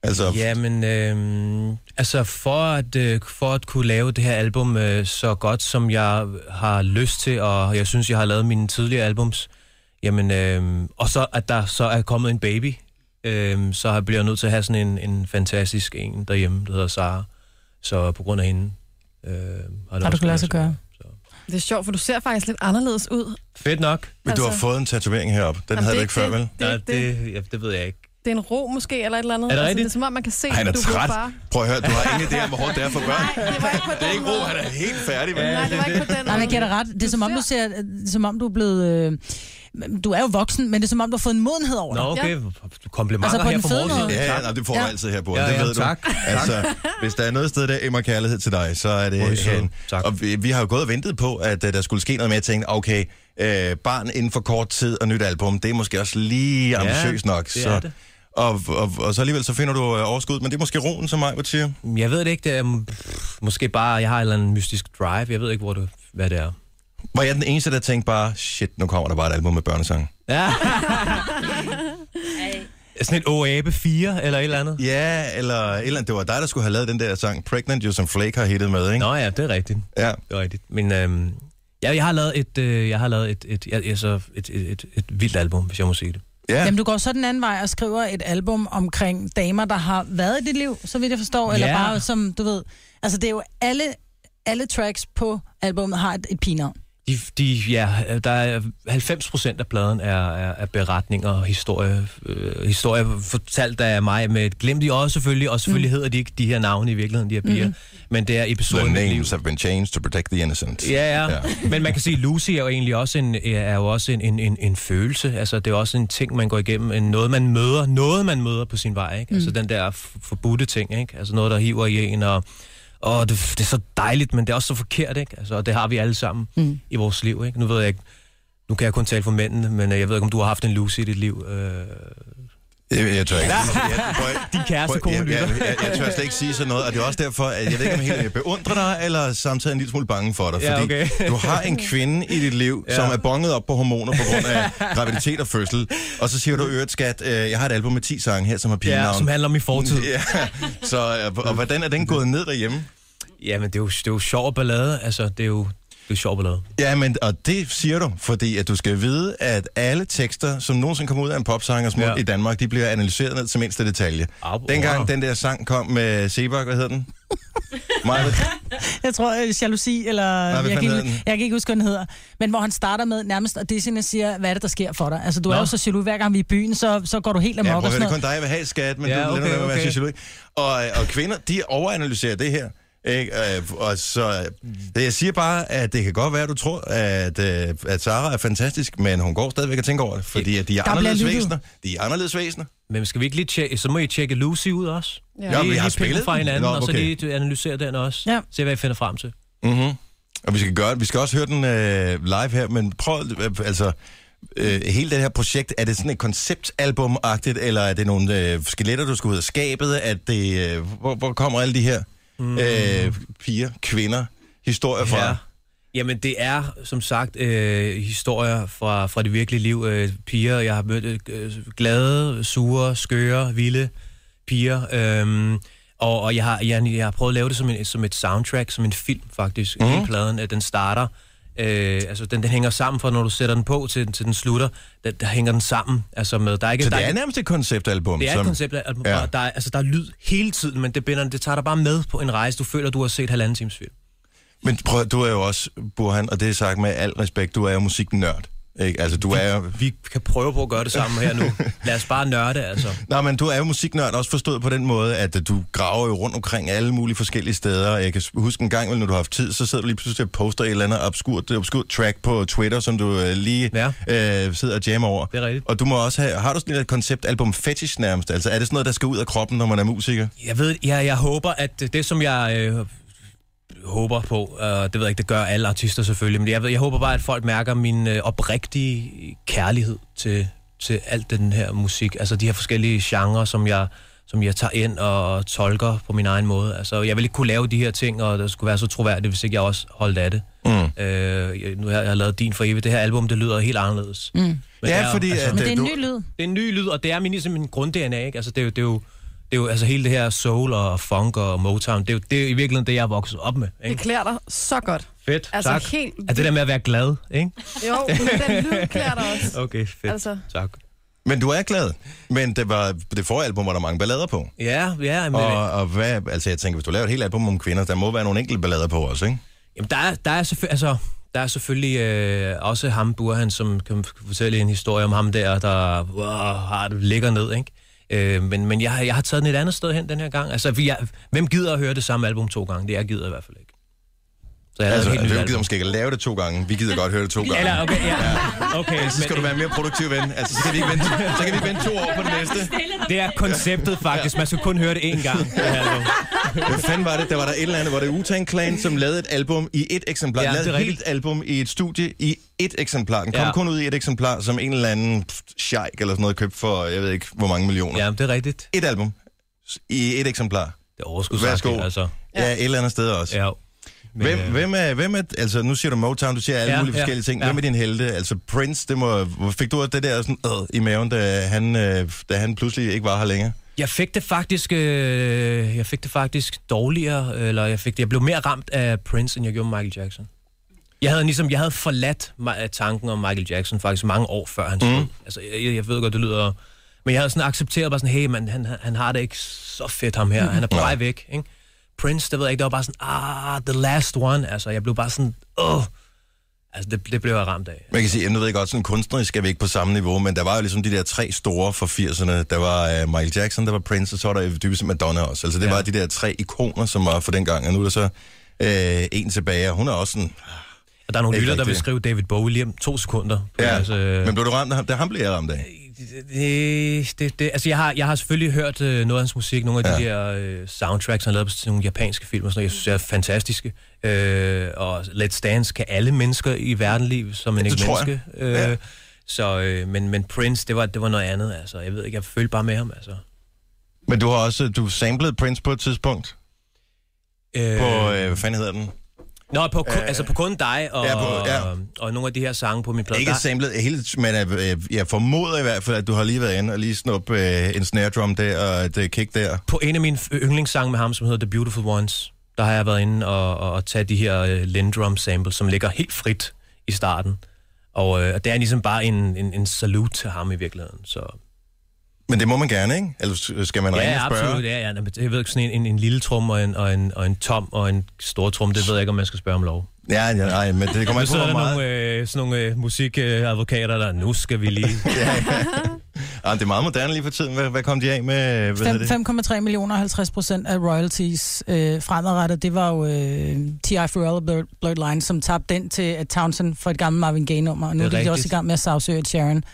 Speaker 2: Altså,
Speaker 15: Jamen, øh, altså for at, øh, for at kunne lave det her album øh, så godt, som jeg har lyst til, og jeg synes, jeg har lavet mine tidligere albums, jamen, øh, og så at der så er kommet en baby, øh, så bliver jeg nødt til at have sådan en, en fantastisk en derhjemme, der hedder Sara. Så på grund af hende øh, har det
Speaker 4: Har du
Speaker 15: også
Speaker 4: kunnet lade
Speaker 15: været
Speaker 4: sig gøre?
Speaker 5: Det er sjovt, for du ser faktisk lidt anderledes ud.
Speaker 15: Fedt nok.
Speaker 2: men altså, du har
Speaker 5: altså-
Speaker 2: fået en tatovering heroppe. Den
Speaker 5: Jamen,
Speaker 2: havde
Speaker 5: det-
Speaker 2: du ikke før,
Speaker 5: det-
Speaker 2: vel?
Speaker 15: Det, det, det, ja, det ved jeg ikke.
Speaker 5: Det er en ro måske, eller et eller andet.
Speaker 15: Er det
Speaker 5: altså, det er
Speaker 15: rigtigt?
Speaker 5: som om, man kan se,
Speaker 2: Ej, han er
Speaker 5: at du blev
Speaker 2: træt.
Speaker 5: far.
Speaker 2: Prøv at høre, du har ingen idé om, hvor hårdt det er for børn. Nej,
Speaker 5: det var ikke på den Det er ikke ro,
Speaker 2: han er helt færdig. Ja,
Speaker 5: Nej, det var ikke på den
Speaker 4: Nej, men jeg giver dig ret. Det er som om, du ser, øh, som om du er blevet... Øh, du er jo voksen, men det er som om, du har fået en modenhed over
Speaker 15: Nå,
Speaker 4: dig.
Speaker 15: okay. Komplimenter
Speaker 4: Altså, på
Speaker 15: her
Speaker 4: den
Speaker 15: på
Speaker 4: fede
Speaker 15: morgenen.
Speaker 4: måde.
Speaker 2: Ja,
Speaker 15: Tak.
Speaker 2: nej, det får
Speaker 4: Ja.
Speaker 2: man altid her på.
Speaker 15: Ja,
Speaker 2: det
Speaker 15: ja,
Speaker 2: ved
Speaker 15: tak.
Speaker 2: du. Altså, hvis der er noget sted, der emmer kærlighed til dig, så er
Speaker 15: Hvor er I
Speaker 2: det
Speaker 15: søde.
Speaker 2: hen. Og vi, vi har jo gået og ventet på, at øh, der skulle ske noget med at tænke, okay, øh, barn inden for kort tid og nyt album, det er måske også lige
Speaker 15: Ja,
Speaker 2: ambitiøst nok.
Speaker 15: det er
Speaker 2: så.
Speaker 15: det.
Speaker 2: Og, og, og så alligevel så finder du øh, overskud, men det er måske roen, som mig siger.
Speaker 15: Jeg ved det ikke, det er mm, pff, måske bare, jeg har en eller anden mystisk drive, jeg ved ikke, hvor det, hvad det er.
Speaker 2: Var jeg den eneste, der tænkte bare, shit, nu kommer der bare et album med børnesange.
Speaker 15: Ja. Sådan et OAB 4 eller et eller andet?
Speaker 2: Ja, eller, et eller andet. det var dig, der skulle have lavet den der sang, Pregnant, jo som Flake har hittet med, ikke?
Speaker 15: Nå ja, det er rigtigt.
Speaker 2: Ja.
Speaker 15: Det er rigtigt. Men øhm, jeg, jeg har lavet et, øh, jeg har lavet et, et, et, altså et, et, et, et vildt album, hvis jeg må sige det.
Speaker 2: Ja.
Speaker 4: Jamen, du går så den anden vej og skriver et album omkring damer, der har været i dit liv, så vidt jeg forstår, eller
Speaker 15: Ja.
Speaker 4: bare som, du ved... Altså, det er jo alle, alle tracks på albummet har et, et pigenavn.
Speaker 15: De, de, ja, øh, der er 90 procent af pladen er, er, er beretninger og historie, øh, historie fortalt af mig med et glimt i øjet selvfølgelig, og selvfølgelig mm. hedder de ikke de her navne i virkeligheden, de her piger, mm. men det er
Speaker 2: The
Speaker 15: episoden af mit liv.
Speaker 2: names have been changed to protect the innocent.
Speaker 15: Ja, ja. Men man kan sige, at Lucy er jo egentlig også en, er jo også en, en, en, en følelse. Altså, det er også en ting, man går igennem. En, noget, man møder. Noget, man møder på sin vej. Ikke? Mm. Altså,
Speaker 16: Mm.
Speaker 15: den der f- forbudte ting. Ikke? Altså, noget, der hiver i en. Og, og det, det, er så dejligt, men det er også så forkert. Ikke? Altså, og det har vi alle sammen
Speaker 16: Mm.
Speaker 15: mm. i vores liv. Ikke? Nu ved jeg ikke, nu kan jeg kun tale for mændene, men øh, jeg ved ikke, om du har haft en Lucy i dit liv. Øh...
Speaker 2: Jeg, jeg tør ikke.
Speaker 15: Din kæreste
Speaker 2: Prøv-
Speaker 15: kone
Speaker 2: jeg,
Speaker 15: lytter.
Speaker 2: jeg, jeg, jeg tør slet ikke sige sådan noget, og det er også derfor, at jeg ved ikke, om jeg helt beundrer dig, eller samtidig en lille smule bange for dig.
Speaker 15: Ja,
Speaker 2: Fordi
Speaker 15: okay.
Speaker 2: du har en kvinde i dit liv, ja. som er bonget op på hormoner på grund af graviditet og fødsel, og så siger du, øvrigt skat, øh, jeg har et album med 10 sange her, som har pigenavn.
Speaker 15: Ja, som handler om min fortid.
Speaker 2: Ja, så øh, og, og hvordan er den gået ned derhjemme?
Speaker 15: Jamen, det er jo, det er jo sjov ballade. Altså, det er jo, det er jo sjov ballade.
Speaker 2: Ja, men og det siger du, fordi at du skal vide, at alle tekster, som nogensinde kommer ud af en popsangers mund ja. i Danmark, de bliver analyseret ned til mindste detalje.
Speaker 15: Au,
Speaker 2: Dengang
Speaker 15: wow.
Speaker 2: den der sang kom med Sebak, hvad hed den? Maja,
Speaker 4: Jeg tror, øh, jalousi, eller...
Speaker 2: hvad
Speaker 4: jeg,
Speaker 2: fanden
Speaker 4: kan,
Speaker 2: hedder
Speaker 4: ikke-
Speaker 2: den?
Speaker 4: jeg kan ikke huske, hvad den hedder. Men hvor han starter med nærmest at disse og siger, hvad er det, der sker for dig? Altså, du Nå. er
Speaker 2: Nå.
Speaker 4: jo så jaloux, hver gang vi er i byen, så, så går du helt amok
Speaker 2: Ja, prøv
Speaker 4: og
Speaker 2: at
Speaker 4: sådan
Speaker 2: høre, det er kun
Speaker 4: noget.
Speaker 2: dig, jeg vil have skat, men
Speaker 15: Ja,
Speaker 2: ja, du lader
Speaker 15: okay,
Speaker 2: okay, okay. være
Speaker 15: okay.
Speaker 2: sociolog. Og, og kvinder, de overanalyserer det her. Ikke? Øh, Og så, øh, jeg siger bare, at det kan godt være, at du tror, at, øh, at Sara er fantastisk, men hun går stadigvæk og tænker over det, fordi at de er
Speaker 15: Der bliver
Speaker 2: anderledes
Speaker 15: lyttet.
Speaker 2: væsener. De er anderledes væsener.
Speaker 15: Men skal vi ikke lige tjekke, så må I tjekke Lucy ud også.
Speaker 2: Ja.
Speaker 15: Lige-
Speaker 2: Ja, vi har
Speaker 15: lige pille
Speaker 2: spillet
Speaker 15: fra
Speaker 2: den.
Speaker 15: hinanden,
Speaker 2: Nå,
Speaker 15: og så
Speaker 2: okay.
Speaker 15: lige analysere den også.
Speaker 4: Ja.
Speaker 15: Se, hvad I finder frem til.
Speaker 2: Mm-hmm. Og vi skal gøre vi skal også høre den øh, live her, men prøv, øh, altså, øh, hele det her projekt, er det sådan et konceptalbum-agtigt, eller er det nogle øh, skeletter, du skal ud af skabet? Er det, øh, hvor, hvor kommer alle de her
Speaker 15: Mm.
Speaker 2: øh, piger, kvinder, historier fra?
Speaker 15: Ja. Jamen, det er som sagt øh, historier fra, fra det virkelige liv. Øh, piger, jeg har mødt øh, glade, sure, skøre, vilde piger. Øh, og og jeg, har, jeg, jeg har prøvet at lave det som, en, som et soundtrack, som en film faktisk. Mm.
Speaker 2: Mhm.
Speaker 15: Hele pladen, at den starter. Øh, altså, den, den hænger sammen fra, når du sætter den på til, til den slutter. Der, der hænger den sammen. Altså, med, der er ikke,
Speaker 2: Så
Speaker 15: der
Speaker 2: det
Speaker 15: ikke-
Speaker 2: er nærmest et konceptalbum.
Speaker 15: det er et koncept, at
Speaker 2: Ja.
Speaker 15: ja. der, er, altså, der er lyd hele tiden, men det, binder, det tager dig bare med på en rejse. Du føler, du har set halvanden times film.
Speaker 2: Men prøv, du er jo også, Burhan, og det er sagt med al respekt, du er jo musiknørd. Ikke? Altså, du er jo...
Speaker 15: Vi kan prøve på at gøre det sammen her nu. Lad os bare nørde, altså.
Speaker 2: Nej, men du er jo musiknørd også forstået på den måde, at øh, du graver jo rundt omkring alle mulige forskellige steder. Jeg kan s- huske en gang, vel, når du har haft tid, så sidder du lige pludselig og poster et eller andet obskurt, obskurt track på Twitter, som du øh, lige ja. øh, sidder og jammer over.
Speaker 15: Det er rigtigt.
Speaker 2: Og du må også have, har du sådan et konceptalbum fetish nærmest? Altså, er det sådan noget, der skal ud af kroppen, når man er musiker?
Speaker 15: Jeg ved, jeg, jeg håber, at det, som jeg øh, håber på, øh, det ved jeg ikke, det gør alle artister selvfølgelig, men jeg, ved, jeg håber bare, at folk mærker min øh, oprigtige kærlighed til, til alt den her musik. Altså de her forskellige genrer, som jeg som jeg tager ind og tolker på min egen måde. Altså, jeg ville ikke kunne lave de her ting, og det skulle være så troværdigt, hvis ikke jeg også holdt af det.
Speaker 2: Mm.
Speaker 15: Øh, jeg- nu har jeg lavet din for evigt. Det her album, det lyder helt anderledes.
Speaker 4: Mm.
Speaker 15: Men
Speaker 2: Ja,
Speaker 15: det er jo- altså,
Speaker 2: fordi at, Men det er en øh, ny du-
Speaker 15: Det er en ny lyd, og det er min, ligesom min grund-DNA, ikke? Altså, det er jo, det er jo det er jo, altså hele det her soul og funk og Motown, det er jo, det er jo i virkeligheden det, jeg er vokset op med.
Speaker 5: Det
Speaker 15: Ikke?
Speaker 5: klæder dig så godt.
Speaker 15: Fedt,
Speaker 5: Altså,
Speaker 15: tak.
Speaker 5: helt
Speaker 15: Er det der med at være glad, ikke?
Speaker 5: Jo, den lyd klæder dig også.
Speaker 15: Okay, fedt.
Speaker 5: Altså.
Speaker 15: Tak.
Speaker 2: Men du er glad. Men det, var, det forrige album var der mange ballader på.
Speaker 15: Ja, ja. Men
Speaker 2: Og, og hvad, altså jeg tænker, hvis du laver et helt album om kvinder, der må være nogle enkelte ballader på også, ikke?
Speaker 15: Jamen, der er, der er selvfølgelig, altså, der er selvfølgelig øh, også ham, Burhan, som kan fortælle en historie om ham der, der wow, har det ligger ned, ikke? Øh, men men jeg, har- jeg har taget den et andet sted hen den her gang. Altså, vi er, hvem gider at høre det samme album to gange? Det jeg gider i hvert fald ikke. Så jeg
Speaker 2: altså,
Speaker 15: altså, helt nyt
Speaker 2: vi gider
Speaker 15: album.
Speaker 2: måske ikke at lave det to gange. Vi gider godt høre det to gange.
Speaker 15: Eller, okay, ja. Okay,
Speaker 2: så skal du være mere produktiv, ven. Altså, så kan vi ikke vente, så kan vi ikke vente to år på det næste.
Speaker 15: Det er konceptet faktisk. Man skal kun høre det én gang. det her album.
Speaker 2: Hvad fanden var det? Der var der et eller andet, hvor det Utan Clan, som lavede et album i et eksemplar.
Speaker 15: Ja,
Speaker 2: Ja,
Speaker 15: det er
Speaker 2: lavede et helt
Speaker 15: rigtigt.
Speaker 2: album i et studie i et eksemplar. Den kom
Speaker 15: Ja.
Speaker 2: ja. kun ud i et eksemplar, som en eller anden sheik eller sådan noget købte for, jeg ved ikke, hvor mange millioner.
Speaker 15: Ja, det er rigtigt.
Speaker 2: Et album s- i et eksemplar.
Speaker 15: Det er overskudsagtigt, altså.
Speaker 2: Ja, et eller andet sted også.
Speaker 15: Ja. Men,
Speaker 2: hvem,
Speaker 15: øh,
Speaker 2: hvem, er, hvem er, altså nu siger du Motown, du siger alle
Speaker 15: Ja,
Speaker 2: ja, mulige
Speaker 15: ja,
Speaker 2: forskellige ting.
Speaker 15: ja.
Speaker 2: Hvem er din helte? Altså Prince, det må, hvor fik du også det der sådan, øh, i maven, da han, øh, da han pludselig ikke var her længere?
Speaker 15: Jeg fik det faktisk, øh, jeg fik det faktisk dårligere, eller jeg fik det, jeg blev mere ramt af Prince, end jeg gjorde med Michael Jackson. Jeg havde ligesom, jeg havde forladt mig af tanken om Michael Jackson faktisk mange år før han døde. Mm. Altså, jeg, jeg ved godt, det lyder... Men jeg havde sådan accepteret bare sådan, hey, man, han, han- han har det ikke så fedt, ham her. Han er på vej væk, ikke? Prince, det ved jeg ikke, det var bare sådan, ah, the last one. Altså, jeg blev bare sådan, åh. Altså, det, det blev jeg ramt af.
Speaker 2: Man kan sige, jeg nu ved jeg godt, sådan kunstnerisk er vi ikke på samme niveau, men der var jo ligesom de der tre store fra 80'erne. Der var øh, Michael Jackson, der var Prince, og så var der dybest set Madonna også. Altså det ja. var de der tre ikoner, som var for den gang, og nu er der så øh, en tilbage, og hun er også sådan...
Speaker 15: Og der er nogle
Speaker 2: Ikke
Speaker 15: lytter, der vil
Speaker 2: rigtigt.
Speaker 15: skrive David Bowie lige om to sekunder.
Speaker 2: Ja,
Speaker 15: Altså, øh,
Speaker 2: men blev du ramt af ham? Det ham blev jeg ramt af.
Speaker 15: Det, det, det, altså jeg har, jeg har selvfølgelig hørt øh, noget af hans musik, nogle af ja. de der øh, soundtracks, han har lavet til nogle japanske film og sådan noget, jeg synes er fantastiske. Øh, og Let's Dance kan alle mennesker i verden lide, som en
Speaker 2: Ja,
Speaker 15: ikke
Speaker 2: det tror jeg.
Speaker 15: menneske. Øh,
Speaker 2: Ja.
Speaker 15: Så, øh, men, men Prince, det var, det var noget andet, altså. Jeg ved ikke, jeg følte bare med ham, altså.
Speaker 2: Men du har også du samplede Prince på et tidspunkt.
Speaker 15: Øh,
Speaker 2: På, øh, hvad fanden hedder den?
Speaker 15: Nå, på, øh, altså på kun dig og,
Speaker 2: ja,
Speaker 15: ja,
Speaker 2: på-
Speaker 15: på,
Speaker 2: ja.
Speaker 15: og, og nogle af de her sange på min plade.
Speaker 2: Ikke
Speaker 15: Der-
Speaker 2: samlet hele, men øh, jeg formoder i hvert fald, at du har lige været inde og lige snuppe øh, en snare drum der og et øh, kick der.
Speaker 15: på en af mine f- yndlingssange med ham, som hedder The Beautiful Ones, der har jeg været inde og, og, og tage de her øh, Lindrum samples, som ligger helt frit i starten. Og, øh, og det er ligesom bare en, en, en salut til ham i virkeligheden. Så.
Speaker 2: Men det må man gerne, ikke? Eller øh, skal man ringe
Speaker 15: ja,
Speaker 2: og spørge?
Speaker 15: absolut. Ja, ja. Nå, men Jeg ved ikke, sådan en, en, en lille trum og en, og, en, og en tom og en stor trum, det ved jeg ikke, om man skal spørge om lov.
Speaker 2: Ja, ja, nej, men det kommer
Speaker 15: Nu
Speaker 2: ikke på,
Speaker 15: sidder
Speaker 2: hvor
Speaker 15: der
Speaker 2: meget...
Speaker 15: nogle, øh, sådan nogle øh, musikadvokater, der nu skal vi lige...
Speaker 2: Ah, det er meget moderne lige for tiden. Hvad, hvad kom de af med? Hvad hedder det?
Speaker 4: Fem- 5,3 millioner og 50 procent af royalties øh, fremadrettet. Det var jo øh, T.I. Farrell og Blur- Blurred Line, som tabte den til øh, Townsend for et gammelt Marvin Gaye-nummer. Og nu
Speaker 2: Det
Speaker 4: det
Speaker 2: er
Speaker 4: er, de
Speaker 2: rigtigt.
Speaker 4: også i gang med at sagsøge Ed Sheeran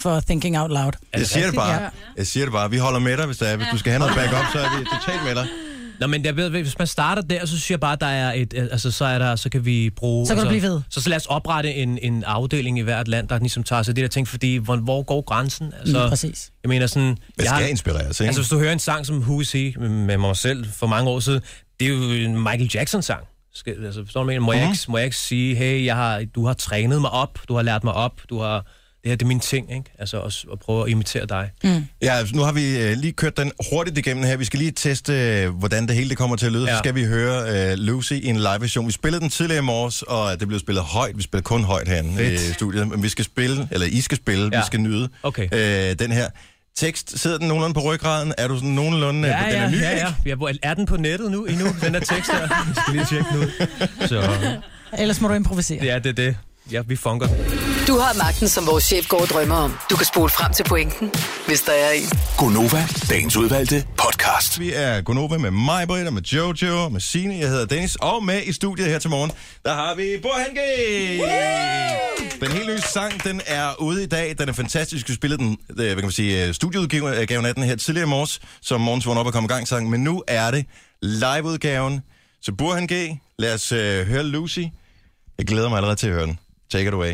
Speaker 4: for Thinking Out Loud.
Speaker 2: Jeg siger det bare. Jeg siger det bare. Vi holder med dig, hvis, der er. hvis du skal have noget backup, så er vi totalt med dig.
Speaker 15: Nå, men jeg ved, hvis man starter der, så synes jeg bare, der er et, altså, så er der, så kan vi bruge...
Speaker 4: Så kan du
Speaker 15: altså,
Speaker 4: blive ved.
Speaker 15: Så, så lad os oprette en, en afdeling i hvert land, der ligesom tager sig af det der ting, fordi hvor, hvor går grænsen? Altså,
Speaker 4: Lige præcis.
Speaker 15: Jeg mener sådan...
Speaker 2: Hvad
Speaker 15: jeg har-
Speaker 2: skal inspirere os, ikke?
Speaker 15: Altså, hvis du hører en sang som Who Is He med mig selv for mange år siden, det er jo en Michael Jackson-sang. Skal, altså, forstår du, hvad jeg mener? må, jeg
Speaker 2: Mhm.
Speaker 15: ikke, må jeg ikke sige, hey, jeg har, du har trænet mig op, du har lært mig op, du har... Det her, det er min ting, ikke? Altså, at, at prøve at imitere dig.
Speaker 2: Mm. Ja, altså, nu har vi øh, lige kørt den hurtigt igennem her. Vi skal lige teste, øh, hvordan det hele det kommer til at lyde. Ja. Så
Speaker 15: Ja.
Speaker 2: skal vi høre øh, Lucy i en live-version. Vi spillede den tidligere i morges, og det blev spillet højt. Vi spiller kun højt herinde
Speaker 15: Fedt.
Speaker 2: i studiet. Men vi skal spille, eller I skal spille, ja.
Speaker 15: Ja.
Speaker 2: vi skal nyde
Speaker 15: Okay.
Speaker 2: øh, den her. Tekst, sidder den nogenlunde på ryggraden? Er du sådan nogenlunde... øh,
Speaker 15: Ja,
Speaker 2: den
Speaker 15: ja,
Speaker 2: er ny,
Speaker 15: ja,
Speaker 2: ikke?
Speaker 15: ja. ja, hvor- er den på nettet nu, endnu, den der tekst her? Jeg skal lige tjekke den ud. Så
Speaker 4: Ellers må du improvisere.
Speaker 15: ja, det er det. Ja, vi funker.
Speaker 1: Du har magten, som vores chef går og drømmer om. Du kan spole frem til pointen, hvis der er en.
Speaker 2: Gonova, dagens udvalgte podcast. Vi er Gonova med mig, Britt, og med Jojo, og med Signe, jeg hedder Dennis, og med i studiet her til morgen, der har vi Burhanke! Den helt nye sang, den er ude i dag, den er fantastisk, vi spillede den, øh, hvad kan man sige, øh, studieudgaven af den her tidligere i morges, som morgens vågnede op og kom i gang sang, men nu er det liveudgaven, så Burhanke, lad os øh, høre Lucy, jeg glæder mig allerede til at høre den, take it away.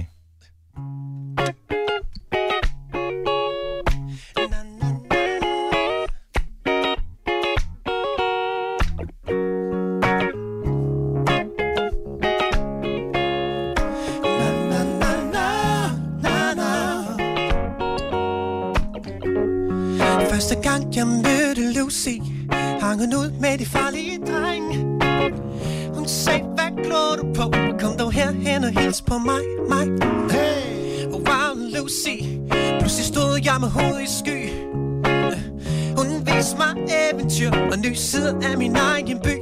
Speaker 16: Første gang jeg mødte Lucy Hang hun ud med de farlige drenge Hun sagde, hvad klår du på? Kom dog herhen og hils på mig, mig hey. Wow, Lucy Pludselig stod jeg med hovedet i sky Hun viste mig eventyr Og ny side af min egen by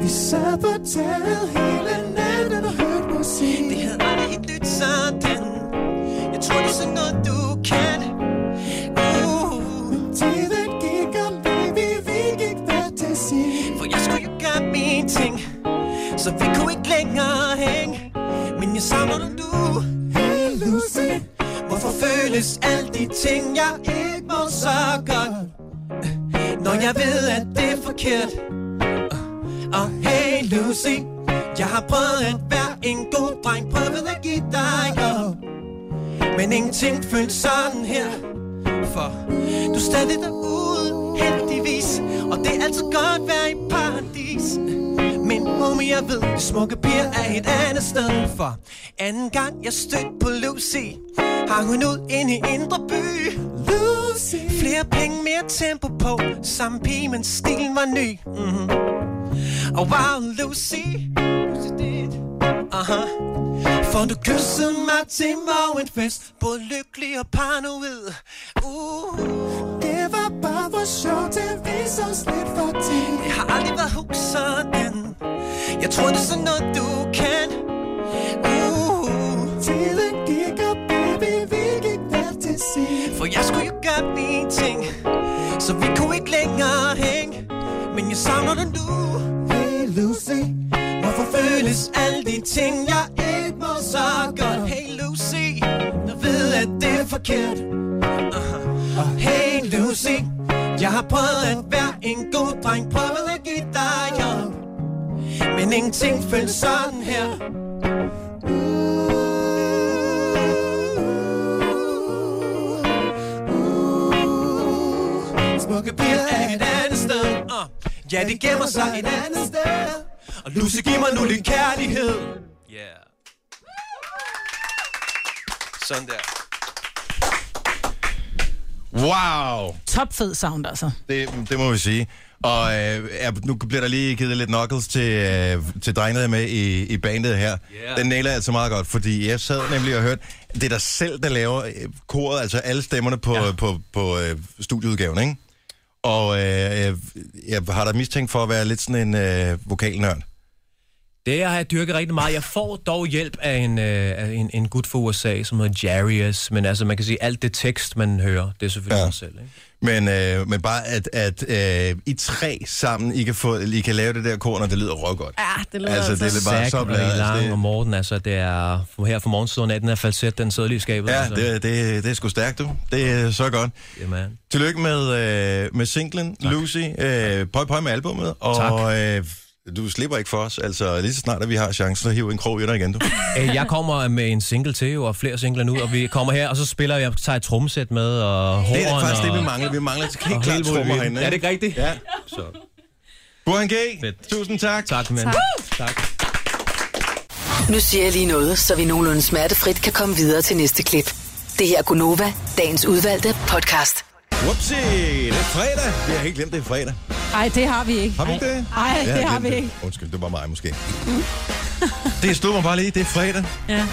Speaker 16: Vi sad på taget hele natten og hørte musik Det havde aldrig helt lyttet sådan Jeg tror det er sådan noget, du kan Tiden gik, og baby, vi gik hver til sin. For jeg skulle jo gøre mine ting, så vi kunne ikke længere hænge. Men jeg savner dig nu. Hey Lucy, hvorfor føles alle de ting, jeg ikke må så godt? Når jeg ved, at det er forkert. Og hey Lucy, jeg har prøvet at være en god dreng, prøvet at give dig op. Men ingenting føles sådan her for Du er stadig derude, heldigvis Og det er altid godt at være i paradis Men homie, jeg ved, de smukke piger er et andet sted For anden gang jeg stødte på Lucy Hang hun ud ind i indre by Lucy Flere penge, mere tempo på Samme pige, men stilen var ny mm-hmm. Og wow, Lucy Aha for du kyssede mig til morgenfest Både lykkelig og paranoid det var bare for sjov til vi så slet for ting Jeg har aldrig været hook sådan Jeg tror det er sådan noget du kan uh. Tiden gik og baby vi gik der til sidst For jeg skulle jo gøre mine ting Så vi kunne ikke længere hænge Men jeg savner dig nu Hey Lucy Hvorfor føles alle de ting jeg ikke må så godt Hey Lucy Jeg ved at det er forkert og hey Lucy, jeg har prøvet at være en god dreng, prøvet at give dig op. Men ingenting føles sådan her. Smukke piger er et andet sted. Uh. Ja, det gemmer sig et andet sted. Og Lucy, giv mig nu lidt kærlighed.
Speaker 15: Yeah. Sådan der.
Speaker 2: Wow!
Speaker 4: Top fed sound, altså.
Speaker 2: Det, det må vi sige. Og øh, ja, nu bliver der lige givet lidt knuckles til, øh, til drengene der er med i, i bandet her. Yeah. Den nailer altså meget godt, fordi jeg sad nemlig og hørte, det er dig selv, der laver øh, koret, altså alle stemmerne på, ja. på, på, på øh, studieudgaven, ikke? Og øh, jeg- jeg har da mistænkt for at være lidt sådan en øh, vokalnørd.
Speaker 15: Det har jeg dyrket rigtig meget. Jeg får dog hjælp af en, øh, af en, en gut fra USA, som hedder Jarius. Men altså, man kan sige, alt det tekst, man hører, det er selvfølgelig ja. mig selv. Ikke?
Speaker 2: Men, øh, men bare, at, at øh, I tre sammen, I kan, få, I kan lave det der korn, og det lyder røvgodt.
Speaker 5: Ja, det
Speaker 2: lyder Altså, altså- det er bare
Speaker 15: Zach
Speaker 2: så bladet,
Speaker 15: og
Speaker 2: altså,
Speaker 15: Lang
Speaker 2: det-
Speaker 15: og Morten, altså, det er her fra morgenstunden af, den er falset, den sidder lige i skabet.
Speaker 2: Ja,
Speaker 15: altså.
Speaker 2: det, det, det er sgu stærkt, du. Det er så godt.
Speaker 15: Jamen.
Speaker 2: Tillykke med, øh, med singlen, tak. Lucy. Øh, pøj, pøj med albumet. Og øh, du slipper ikke for os. Altså, lige så snart, at vi har chancen, så hiver en krog i dig igen, du.
Speaker 15: Øh, Jeg kommer med en single til, jo, og flere singler nu, og vi kommer her, og så spiller jeg, tager et trommesæt med, og horn,
Speaker 2: Det er faktisk
Speaker 15: og...
Speaker 2: det, vi mangler. Vi mangler til helt
Speaker 15: Og
Speaker 2: klart
Speaker 15: hele
Speaker 2: trommer
Speaker 15: muligheden.
Speaker 2: herinde.
Speaker 15: Er det ikke rigtigt?
Speaker 2: Ja.
Speaker 15: Så.
Speaker 2: Burhan G, tusind tak.
Speaker 15: Tak, mand.
Speaker 1: Tak.
Speaker 15: tak.
Speaker 1: Nu siger jeg lige noget, så vi nogenlunde smertefrit kan komme videre til næste klip. Det her er Gunova, dagens udvalgte podcast.
Speaker 2: Whoopsie, det er fredag. Vi har helt glemt, det er fredag.
Speaker 4: Nej, det har vi ikke.
Speaker 2: Har vi ikke det?
Speaker 4: Nej,
Speaker 2: Jeg
Speaker 4: det har vi
Speaker 2: glemt
Speaker 4: ikke.
Speaker 2: Undskyld, det var mig måske. det stod mig bare lige. Det er fredag,
Speaker 3: Ja.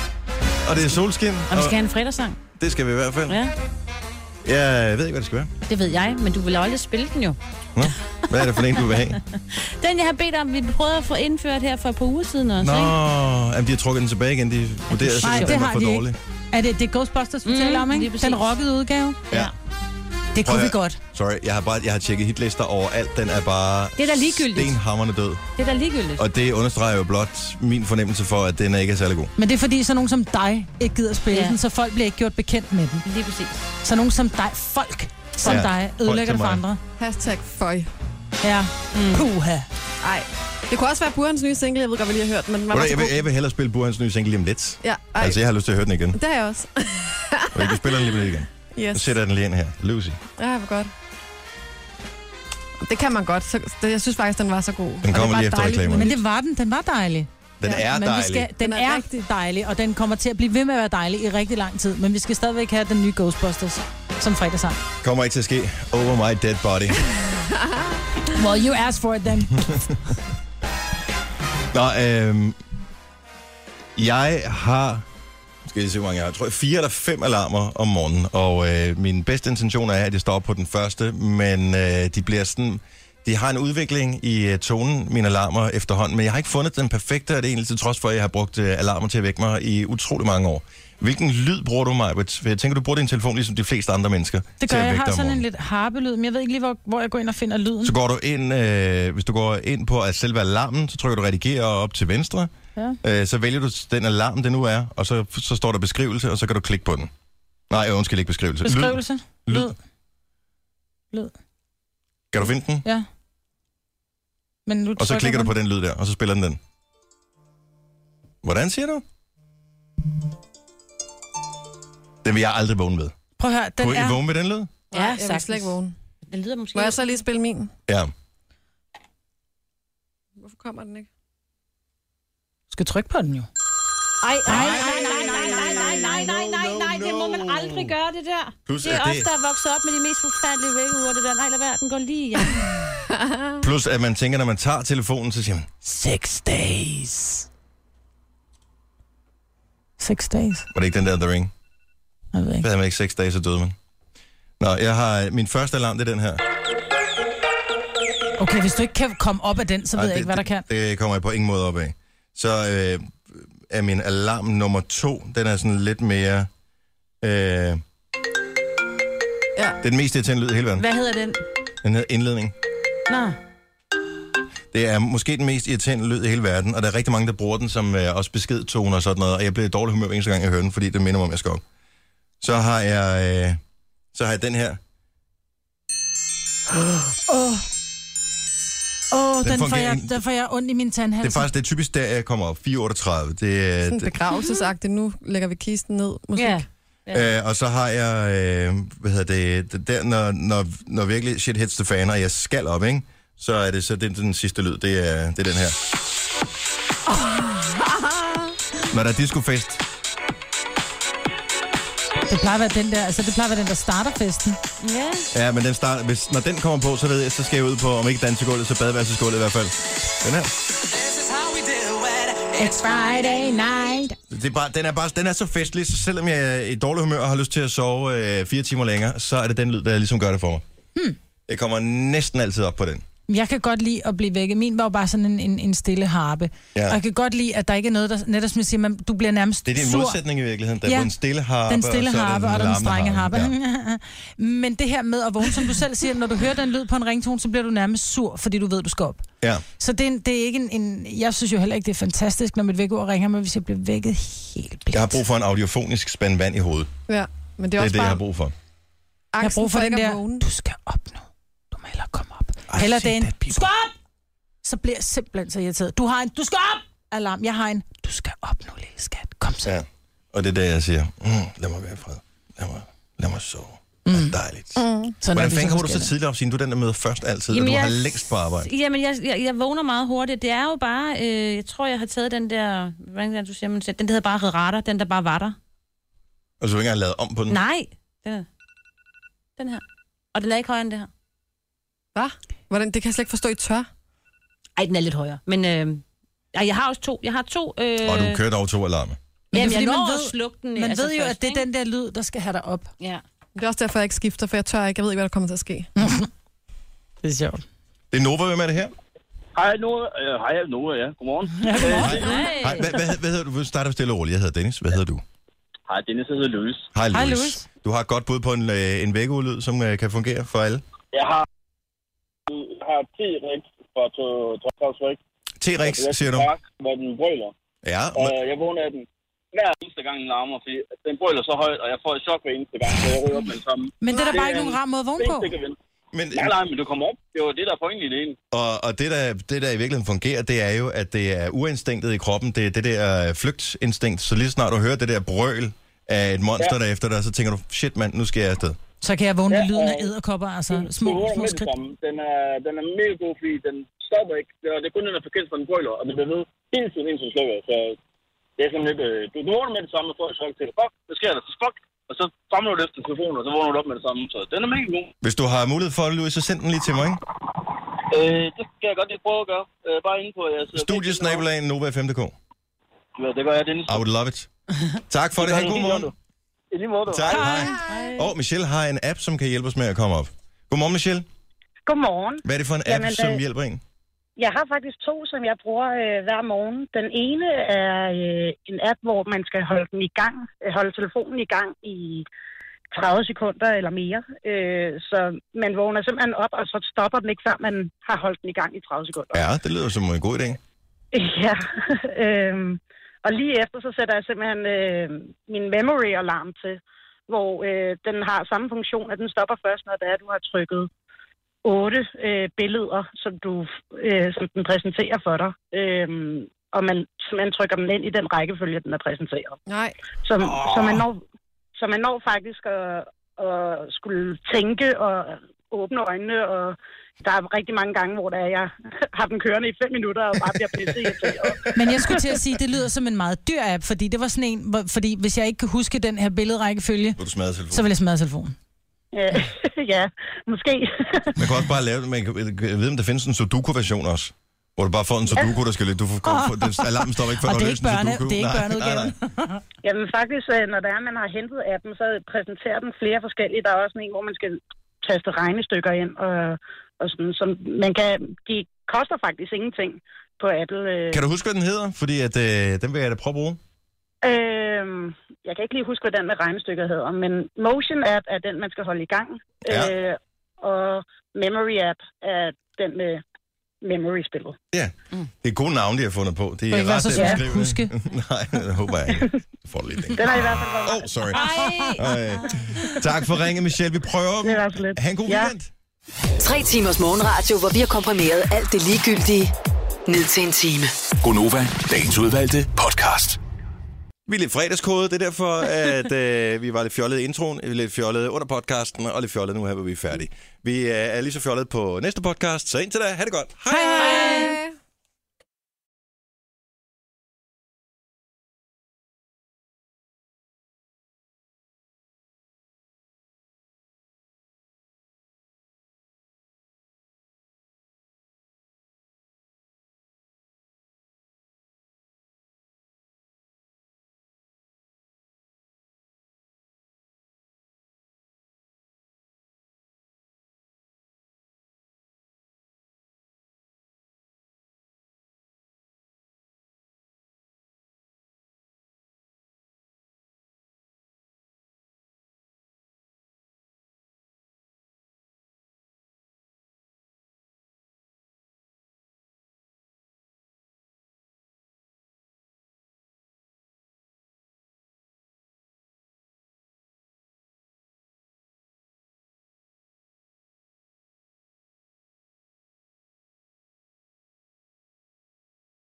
Speaker 2: og det er solskin.
Speaker 3: Og vi skal have en fredagssang.
Speaker 2: Det skal vi i hvert fald.
Speaker 3: Ja.
Speaker 2: Jeg ved ikke, hvad det skal være.
Speaker 7: Det ved jeg, men du vil aldrig spille den jo.
Speaker 2: Nå, hvad er det for en, du vil have?
Speaker 7: Den, jeg har bedt om, vi prøvede at få indført her for et par uger siden også,
Speaker 2: Nå,
Speaker 7: ikke?
Speaker 2: jamen, de har trukket den tilbage igen. De vurderer sig,
Speaker 4: Nej,
Speaker 2: at
Speaker 4: det
Speaker 2: den var
Speaker 4: har
Speaker 2: for
Speaker 4: de ikke.
Speaker 2: dårlig.
Speaker 4: Er det, det er Ghostbusters, vi taler om, ikke? Den rockede udgave.
Speaker 2: Ja.
Speaker 4: Det
Speaker 2: Prøv
Speaker 4: kunne
Speaker 2: at-
Speaker 4: vi godt.
Speaker 2: Sorry, jeg har, bare, jeg har tjekket hitlister over alt. Den er bare
Speaker 7: Det er da ligegyldigt.
Speaker 2: stenhammerne død.
Speaker 7: Det er da ligegyldigt.
Speaker 2: Og det understreger jo blot min fornemmelse for, at den ikke er særlig god.
Speaker 4: Men det er fordi, så nogen som dig ikke gider spille
Speaker 7: Ja.
Speaker 4: ja. den, så folk bliver ikke gjort bekendt med den.
Speaker 7: Lige præcis.
Speaker 4: Så nogen som dig, folk som
Speaker 2: Ja,
Speaker 4: ja. dig,
Speaker 2: folk
Speaker 4: ødelægger
Speaker 2: til
Speaker 4: det for
Speaker 2: mig.
Speaker 4: andre.
Speaker 5: Hashtag føj.
Speaker 4: Ja. Mm. Puha.
Speaker 5: Ej. Det kunne også være Burens nye single, jeg ved godt, hvad jeg lige har hørt, men den var
Speaker 2: Ved du,
Speaker 5: bare så
Speaker 2: Jeg vil,
Speaker 5: god.
Speaker 2: jeg vil hellere spille Burhans nye single lige om lidt.
Speaker 5: Ja, ej.
Speaker 2: Altså, jeg har lyst til at høre den igen.
Speaker 5: Det har jeg også.
Speaker 2: Og du spiller den lige om lidt igen. Så
Speaker 5: Yes.
Speaker 2: sætter jeg den lige ind her. Lucy.
Speaker 5: Ja, hvor godt. Det kan man godt. Så, det, jeg synes faktisk, den var så god. Og det
Speaker 2: kommer
Speaker 5: var
Speaker 2: lige efter
Speaker 5: dejligt.
Speaker 2: reklamerne.
Speaker 4: Men det var den. Den var dejlig.
Speaker 2: Den er
Speaker 4: men
Speaker 2: dejlig.
Speaker 4: Vi skal, den, er, dejlig, og den kommer til at blive ved med at være dejlig i rigtig lang tid. Men vi skal stadigvæk have den nye Ghostbusters som fredagssang.
Speaker 2: Kommer ikke til at ske. Over my dead body.
Speaker 4: Well, you asked for it then.
Speaker 2: Nå, øhm, jeg har, skal jeg se, hvor mange jeg har, jeg tror fire eller fem alarmer om morgenen, og øh, min bedste intention er, at jeg står op på den første, men øh, de bliver sådan, de har en udvikling i øh, tonen, mine alarmer efterhånden, men jeg har ikke fundet den perfekte, og det er egentlig til trods for, at jeg har brugt øh, alarmer til at vække mig i utrolig mange år. Hvilken lyd bruger du, mig? For jeg tænker, du bruger din telefon ligesom de fleste andre mennesker
Speaker 4: Det
Speaker 2: til
Speaker 4: gør,
Speaker 2: at
Speaker 4: jeg, jeg
Speaker 2: vække
Speaker 4: har
Speaker 2: dig om
Speaker 4: sådan
Speaker 2: morgenen.
Speaker 4: en lidt harpelyd, men jeg ved ikke lige, hvor, hvor jeg går ind og finder lyden.
Speaker 2: Så går du ind, øh, hvis du går ind på at selve alarmen, så trykker du redigere op til venstre.
Speaker 4: Ja.
Speaker 2: Øh, så vælger du den alarm, det nu er, og så, så står der beskrivelse, og så kan du klikke på den. Nej, øh, undskyld, ikke beskrivelse. Lyd.
Speaker 4: Beskrivelse.
Speaker 2: Lyd.
Speaker 4: Lyd. Lyd.
Speaker 2: Kan du finde den?
Speaker 4: Ja. Men nu
Speaker 2: Og så
Speaker 4: trykker
Speaker 2: klikker du på
Speaker 4: man-
Speaker 2: den lyd der, og så spiller den den. Hvordan siger du? Den vil jeg aldrig vågne med.
Speaker 4: Prøv at høre,
Speaker 2: Den
Speaker 4: den
Speaker 2: Kunne I
Speaker 4: er...
Speaker 2: vågne med den lyd?
Speaker 5: Ja, jeg vil slet
Speaker 4: sagtens.
Speaker 5: ikke vågne.
Speaker 7: Den lyder måske...
Speaker 5: Må jeg så lige spille min?
Speaker 2: Ja.
Speaker 5: Hvorfor kommer den ikke?
Speaker 4: Du skal trykke på den jo.
Speaker 7: Ej, nej, nej, nej, nej, nej, nej, nej, nej, nej, nej, det må man aldrig gøre, det der.
Speaker 2: Plus,
Speaker 7: det er
Speaker 2: at
Speaker 7: os,
Speaker 2: det-
Speaker 7: der er vokset op med de mest forfærdelige vækkeuger, det der. Nej, lad være, den går lige igen.
Speaker 2: Plus, at man tænker, når man tager telefonen, så siger man,
Speaker 4: Six days. Six days.
Speaker 2: var det ikke den der The Ring?
Speaker 4: Jeg ved ikke.
Speaker 2: Hvad havde man ikke seks dage, så døde man. Nå, jeg har, min første alarm, det er den her.
Speaker 4: Okay, hvis du ikke kan komme op af den, så ved
Speaker 2: Ej,
Speaker 4: jeg ikke, hvad der kan.
Speaker 2: Det kommer jeg på ingen måde op af. Så øh, er min alarm nummer to, den er sådan lidt mere... Øh, ja. Det er den mest irriterende lyd i hele verden.
Speaker 3: Hvad hedder den?
Speaker 2: Den hedder indledning.
Speaker 3: Nå.
Speaker 2: Det er måske den mest irriterende lyd i hele verden, og der er rigtig mange, der bruger den som øh, også beskedtone og sådan noget, og jeg bliver i dårlig humør hver eneste gang, jeg hører den, fordi det minder mig om, at jeg skal op. Så har jeg, øh, så har jeg den her.
Speaker 4: Åh, oh. oh,
Speaker 2: Den
Speaker 4: den, den, får
Speaker 2: fungerer
Speaker 4: jeg,
Speaker 2: ikke.
Speaker 4: den får jeg ondt i min tandhals.
Speaker 2: Det er faktisk det er typisk, der jeg kommer op. 4.38. Det, er-
Speaker 5: Sådan
Speaker 2: det,
Speaker 5: begravelsesagtigt. Nu lægger vi kisten ned. Musik. Ja.
Speaker 2: Øh, og så har jeg, øh, hvad hedder det, det der, når, når, når virkelig shit hits the fan, og jeg skal op, ikke? Så er det så den, den sidste lyd, det er, det er den her. Når der er discofest,
Speaker 4: Det plejer at være den der, altså det plejer at være den, der starter festen.
Speaker 7: Ja.
Speaker 2: ja, men den starter, hvis, når den kommer på, så ved jeg, så skal jeg ud på, om ikke dansegulvet, så badeværelsesgulvet i hvert fald. Den her.
Speaker 4: It's Friday night.
Speaker 2: Det er bare, den, er bare, den er så festlig, så selvom jeg er i dårlig humør og har lyst til at sove øh, fire timer længere, så er det den lyd, der ligesom gør det for mig. Hmm. Jeg kommer næsten altid op på den.
Speaker 4: Jeg kan godt lide at blive vækket. Min var jo bare sådan en, en, en stille harpe.
Speaker 2: Ja.
Speaker 4: Ja. Og jeg kan godt lide, at der ikke er noget, der netop som jeg siger, man, du bliver nærmest
Speaker 2: Det er din
Speaker 4: sur.
Speaker 2: modsætning i virkeligheden. Der er ja. en stille harpe,
Speaker 4: den stille
Speaker 2: og så er der
Speaker 4: harpe, og den
Speaker 2: larmende
Speaker 4: strenge harpe. Ja. Men det her med at vågne, som du selv siger, når du hører den lyd på en ringtone, så bliver du nærmest sur, fordi du ved, du skal op.
Speaker 2: Ja.
Speaker 4: Så det er, en, det er ikke en, en... Jeg synes jo heller ikke, det er fantastisk, når mit vækord ringer, men hvis jeg bliver vækket helt...
Speaker 2: Jeg har brug for en audiofonisk spand vand i hovedet.
Speaker 5: Ja, men
Speaker 2: Det er det, jeg har brug for.
Speaker 4: Jeg har brug for den der...
Speaker 5: Vågen.
Speaker 4: Du skal op nu. Du må hellere komme op. Heller det end... Du skal op! Så bliver jeg simpelthen så irriteret. Du har en... Du skal op! Alarm. Jeg har en... Du skal op nu, lille skat. Kom så. Mm.
Speaker 2: Ja. Og det er der, jeg siger, mm, lad mig være i fred. Lad mig, lad mig sove. Mm. Det er dejligt.
Speaker 4: Mm.
Speaker 2: Så Hvordan fanden kommer du så tidligt op, siden du er den, der møder først altid, Jamen, og
Speaker 7: Jamen,
Speaker 2: du har
Speaker 7: jeg-
Speaker 2: længst på arbejde?
Speaker 7: Jamen, jeg, jeg, jeg vågner meget hurtigt. Det er jo bare, øh, jeg tror, jeg har taget den der, hvordan er det, du siger, man siger, den der hedder bare Redata, den der bare var der.
Speaker 2: Mm. Og så har du ikke engang lavet om på den?
Speaker 7: Nej, den, er, den her. Og den er ikke højere end det her.
Speaker 5: Hvad? Hvordan? Det kan jeg slet ikke forstå, I tør.
Speaker 7: Ej, den er lidt højere. Men øh, ej, jeg har også to. Jeg har to. Øh,
Speaker 2: Og du kører dog to alarmer.
Speaker 7: Jamen,
Speaker 4: Men det er,
Speaker 7: jeg
Speaker 4: fordi
Speaker 7: når
Speaker 4: man ved-
Speaker 7: at slukke den. altså
Speaker 4: man ved jo, at det er
Speaker 7: ikke?
Speaker 4: den der lyd, der skal have dig op.
Speaker 7: Ja.
Speaker 5: Det er også derfor, jeg ikke skifter, for jeg tør ikke. Jeg ved ikke, hvad der kommer til at ske.
Speaker 4: Det er sjovt.
Speaker 2: Det er Nova, hvem er det her?
Speaker 17: Hej, Nora. Øh, hej, Nora, ja. Godmorgen.
Speaker 2: Hej. Hej, hvad, hvad, hed- hvad hedder du? Vi starter stille og roligt. Jeg hedder Dennis. Hvad hedder du?
Speaker 17: Hej, Dennis. Jeg hedder Louis.
Speaker 2: Hej, Louis. Hej,
Speaker 17: Hej, Louis.
Speaker 2: Louis. Du har et godt bud på en, øh, en vækkeulyd, som øh, kan fungere for alle.
Speaker 17: Jeg har, jeg har T-Rex fra To- Trøshavs Væk.
Speaker 2: T-Rex,
Speaker 17: Jeg
Speaker 2: siger du?
Speaker 17: Park, Hvor den brøler.
Speaker 2: Ja,
Speaker 17: Og øh, jeg vågner af den hver eneste gang, den larmer, fordi den brøler så højt, og jeg får et chok hver eneste gang, så jeg rører med det samme.
Speaker 4: Men det er der bare ikke
Speaker 17: en
Speaker 4: nogen rar måde at vågne på.
Speaker 17: bedste gevinst. nej, nej, men du kommer op. Det var det, der er pointen i det ene.
Speaker 2: Og, og det, der, det, der i virkeligheden fungerer, det er jo, at det er uinstinktet i kroppen. Det er det der øh, flygtinstinkt. Så lige så snart du hører det der brøl af et monster, ja. der er efter dig, så tænker du, shit mand, nu skal jeg afsted.
Speaker 4: Så kan jeg vågne med
Speaker 17: Ja,
Speaker 4: lyden af
Speaker 17: og-
Speaker 4: æderkopper, altså
Speaker 17: du
Speaker 4: små,
Speaker 17: hører
Speaker 4: små
Speaker 17: med det
Speaker 4: skridt.
Speaker 17: samme. Den er, den er mega god, fordi den stopper ikke. Det er, det er kun den der frekvens, hvor den brøler, og den bliver ved hele tiden, indtil den slukker. Så det er sådan lidt... Øh, du, du vågner med det samme, og får et chok til, fuck, hvad sker der? Så fuck, og så famler du efter telefonen, og så vågner du op med det samme. Så den er mega god.
Speaker 2: Hvis du har mulighed for det, Louis, så send den lige til mig, ikke?
Speaker 17: Øh, det kan jeg godt lige prøve at gøre. Øh, bare inde på jeres...
Speaker 2: Studiesnabelagen Nova5.dk.
Speaker 17: Ja, det gør jeg, Dennis.
Speaker 2: I would love it. Tak for det.
Speaker 17: gør
Speaker 2: Ha' en
Speaker 17: I
Speaker 2: god
Speaker 17: lige
Speaker 2: morgen.
Speaker 17: I lige måde, du.
Speaker 2: Tak. Hej. Og Michelle har en app, som kan hjælpe os med at komme op. Godmorgen, Michelle.
Speaker 18: Godmorgen.
Speaker 2: Hvad er det for en app,
Speaker 18: Jamen,
Speaker 2: som
Speaker 18: øh,
Speaker 2: hjælper en?
Speaker 18: Jeg har faktisk to, som jeg bruger øh, hver morgen. Den ene er øh, en app, hvor man skal holde den i gang, øh, holde telefonen i gang i 30 sekunder eller mere. Øh, så man vågner simpelthen op, og så stopper den ikke, før man har holdt den i gang i 30 sekunder.
Speaker 2: Ja, det lyder som en god idé.
Speaker 18: Ja. øhm, og lige efter, så sætter jeg simpelthen øh, min memory-alarm til, hvor øh, den har samme funktion, at den stopper først, når det er, du har trykket otte øh, billeder, som, du, øh, som den præsenterer for dig. Øhm, og man, så man trykker dem ind i den rækkefølge, den er præsenteret.
Speaker 5: Nej.
Speaker 18: Så, så, man, når, så man når faktisk at, at skulle tænke og åbne øjnene, og der er rigtig mange gange, hvor der er, jeg har den kørende i fem minutter og bare bliver pisse
Speaker 4: Men jeg skulle til at sige, det lyder som en meget dyr app, fordi det var sådan en, hvor, fordi hvis jeg ikke kan huske den her billedrækkefølge,
Speaker 2: Vil du smadre telefonen?
Speaker 4: så vil jeg smadre telefonen.
Speaker 18: Ja, Øh, ja måske.
Speaker 2: Man kan også bare lave man kan, jeg ved, om der findes en Sudoku-version også. Hvor du bare får en Sudoku, der skal lidt... Du får, får, den, alarmen stopper ikke, før
Speaker 18: Og
Speaker 2: du
Speaker 18: det
Speaker 2: har
Speaker 18: er
Speaker 2: løst
Speaker 18: ikke
Speaker 2: en
Speaker 18: børne-
Speaker 2: Sudoku.
Speaker 18: det er ikke
Speaker 2: Nej, nej, nej.
Speaker 18: børneudgaven. Jamen faktisk, øh, når det er, man har hentet appen, så præsenterer den flere forskellige. Der er også en, hvor man skal taste regnestykker ind, og, og sådan, som man kan, de koster faktisk ingenting på Apple. Øh.
Speaker 2: Kan du huske, hvad den hedder? Fordi at, øh, den vil jeg da prøve at bruge.
Speaker 18: Øh, jeg kan ikke lige huske, hvad den med regnestykket hedder, men Motion App er den, man skal holde i gang,
Speaker 2: Ja.
Speaker 18: øh, og Memory App er den med memory-spillet.
Speaker 2: Ja, det er gode navne, de har fundet på. Det
Speaker 18: Mm. Må
Speaker 2: er
Speaker 18: ikke være
Speaker 2: ret
Speaker 18: så svært at
Speaker 2: beskrivende. Nej, det håber jeg ikke. Du får lidt
Speaker 18: Den har i hvert fald været...
Speaker 2: Åh, oh, sorry. Ej. Tak for ringe, Michelle. Vi prøver. Det
Speaker 18: er lidt.
Speaker 2: Ha' en god
Speaker 1: Ja.
Speaker 2: weekend.
Speaker 1: Tre timers morgenradio, hvor vi har komprimeret alt det ligegyldige ned til en time.
Speaker 6: Gonova, dagens udvalgte podcast.
Speaker 2: Vi er lidt fredagskode, det er derfor, at øh, vi var lidt fjollede i introen, vi er lidt fjollede under podcasten, og lidt fjollede nu her, hvor vi er færdige. Vi øh, er lige så fjollede på næste podcast, så indtil da, ha' det godt. Hej! hej.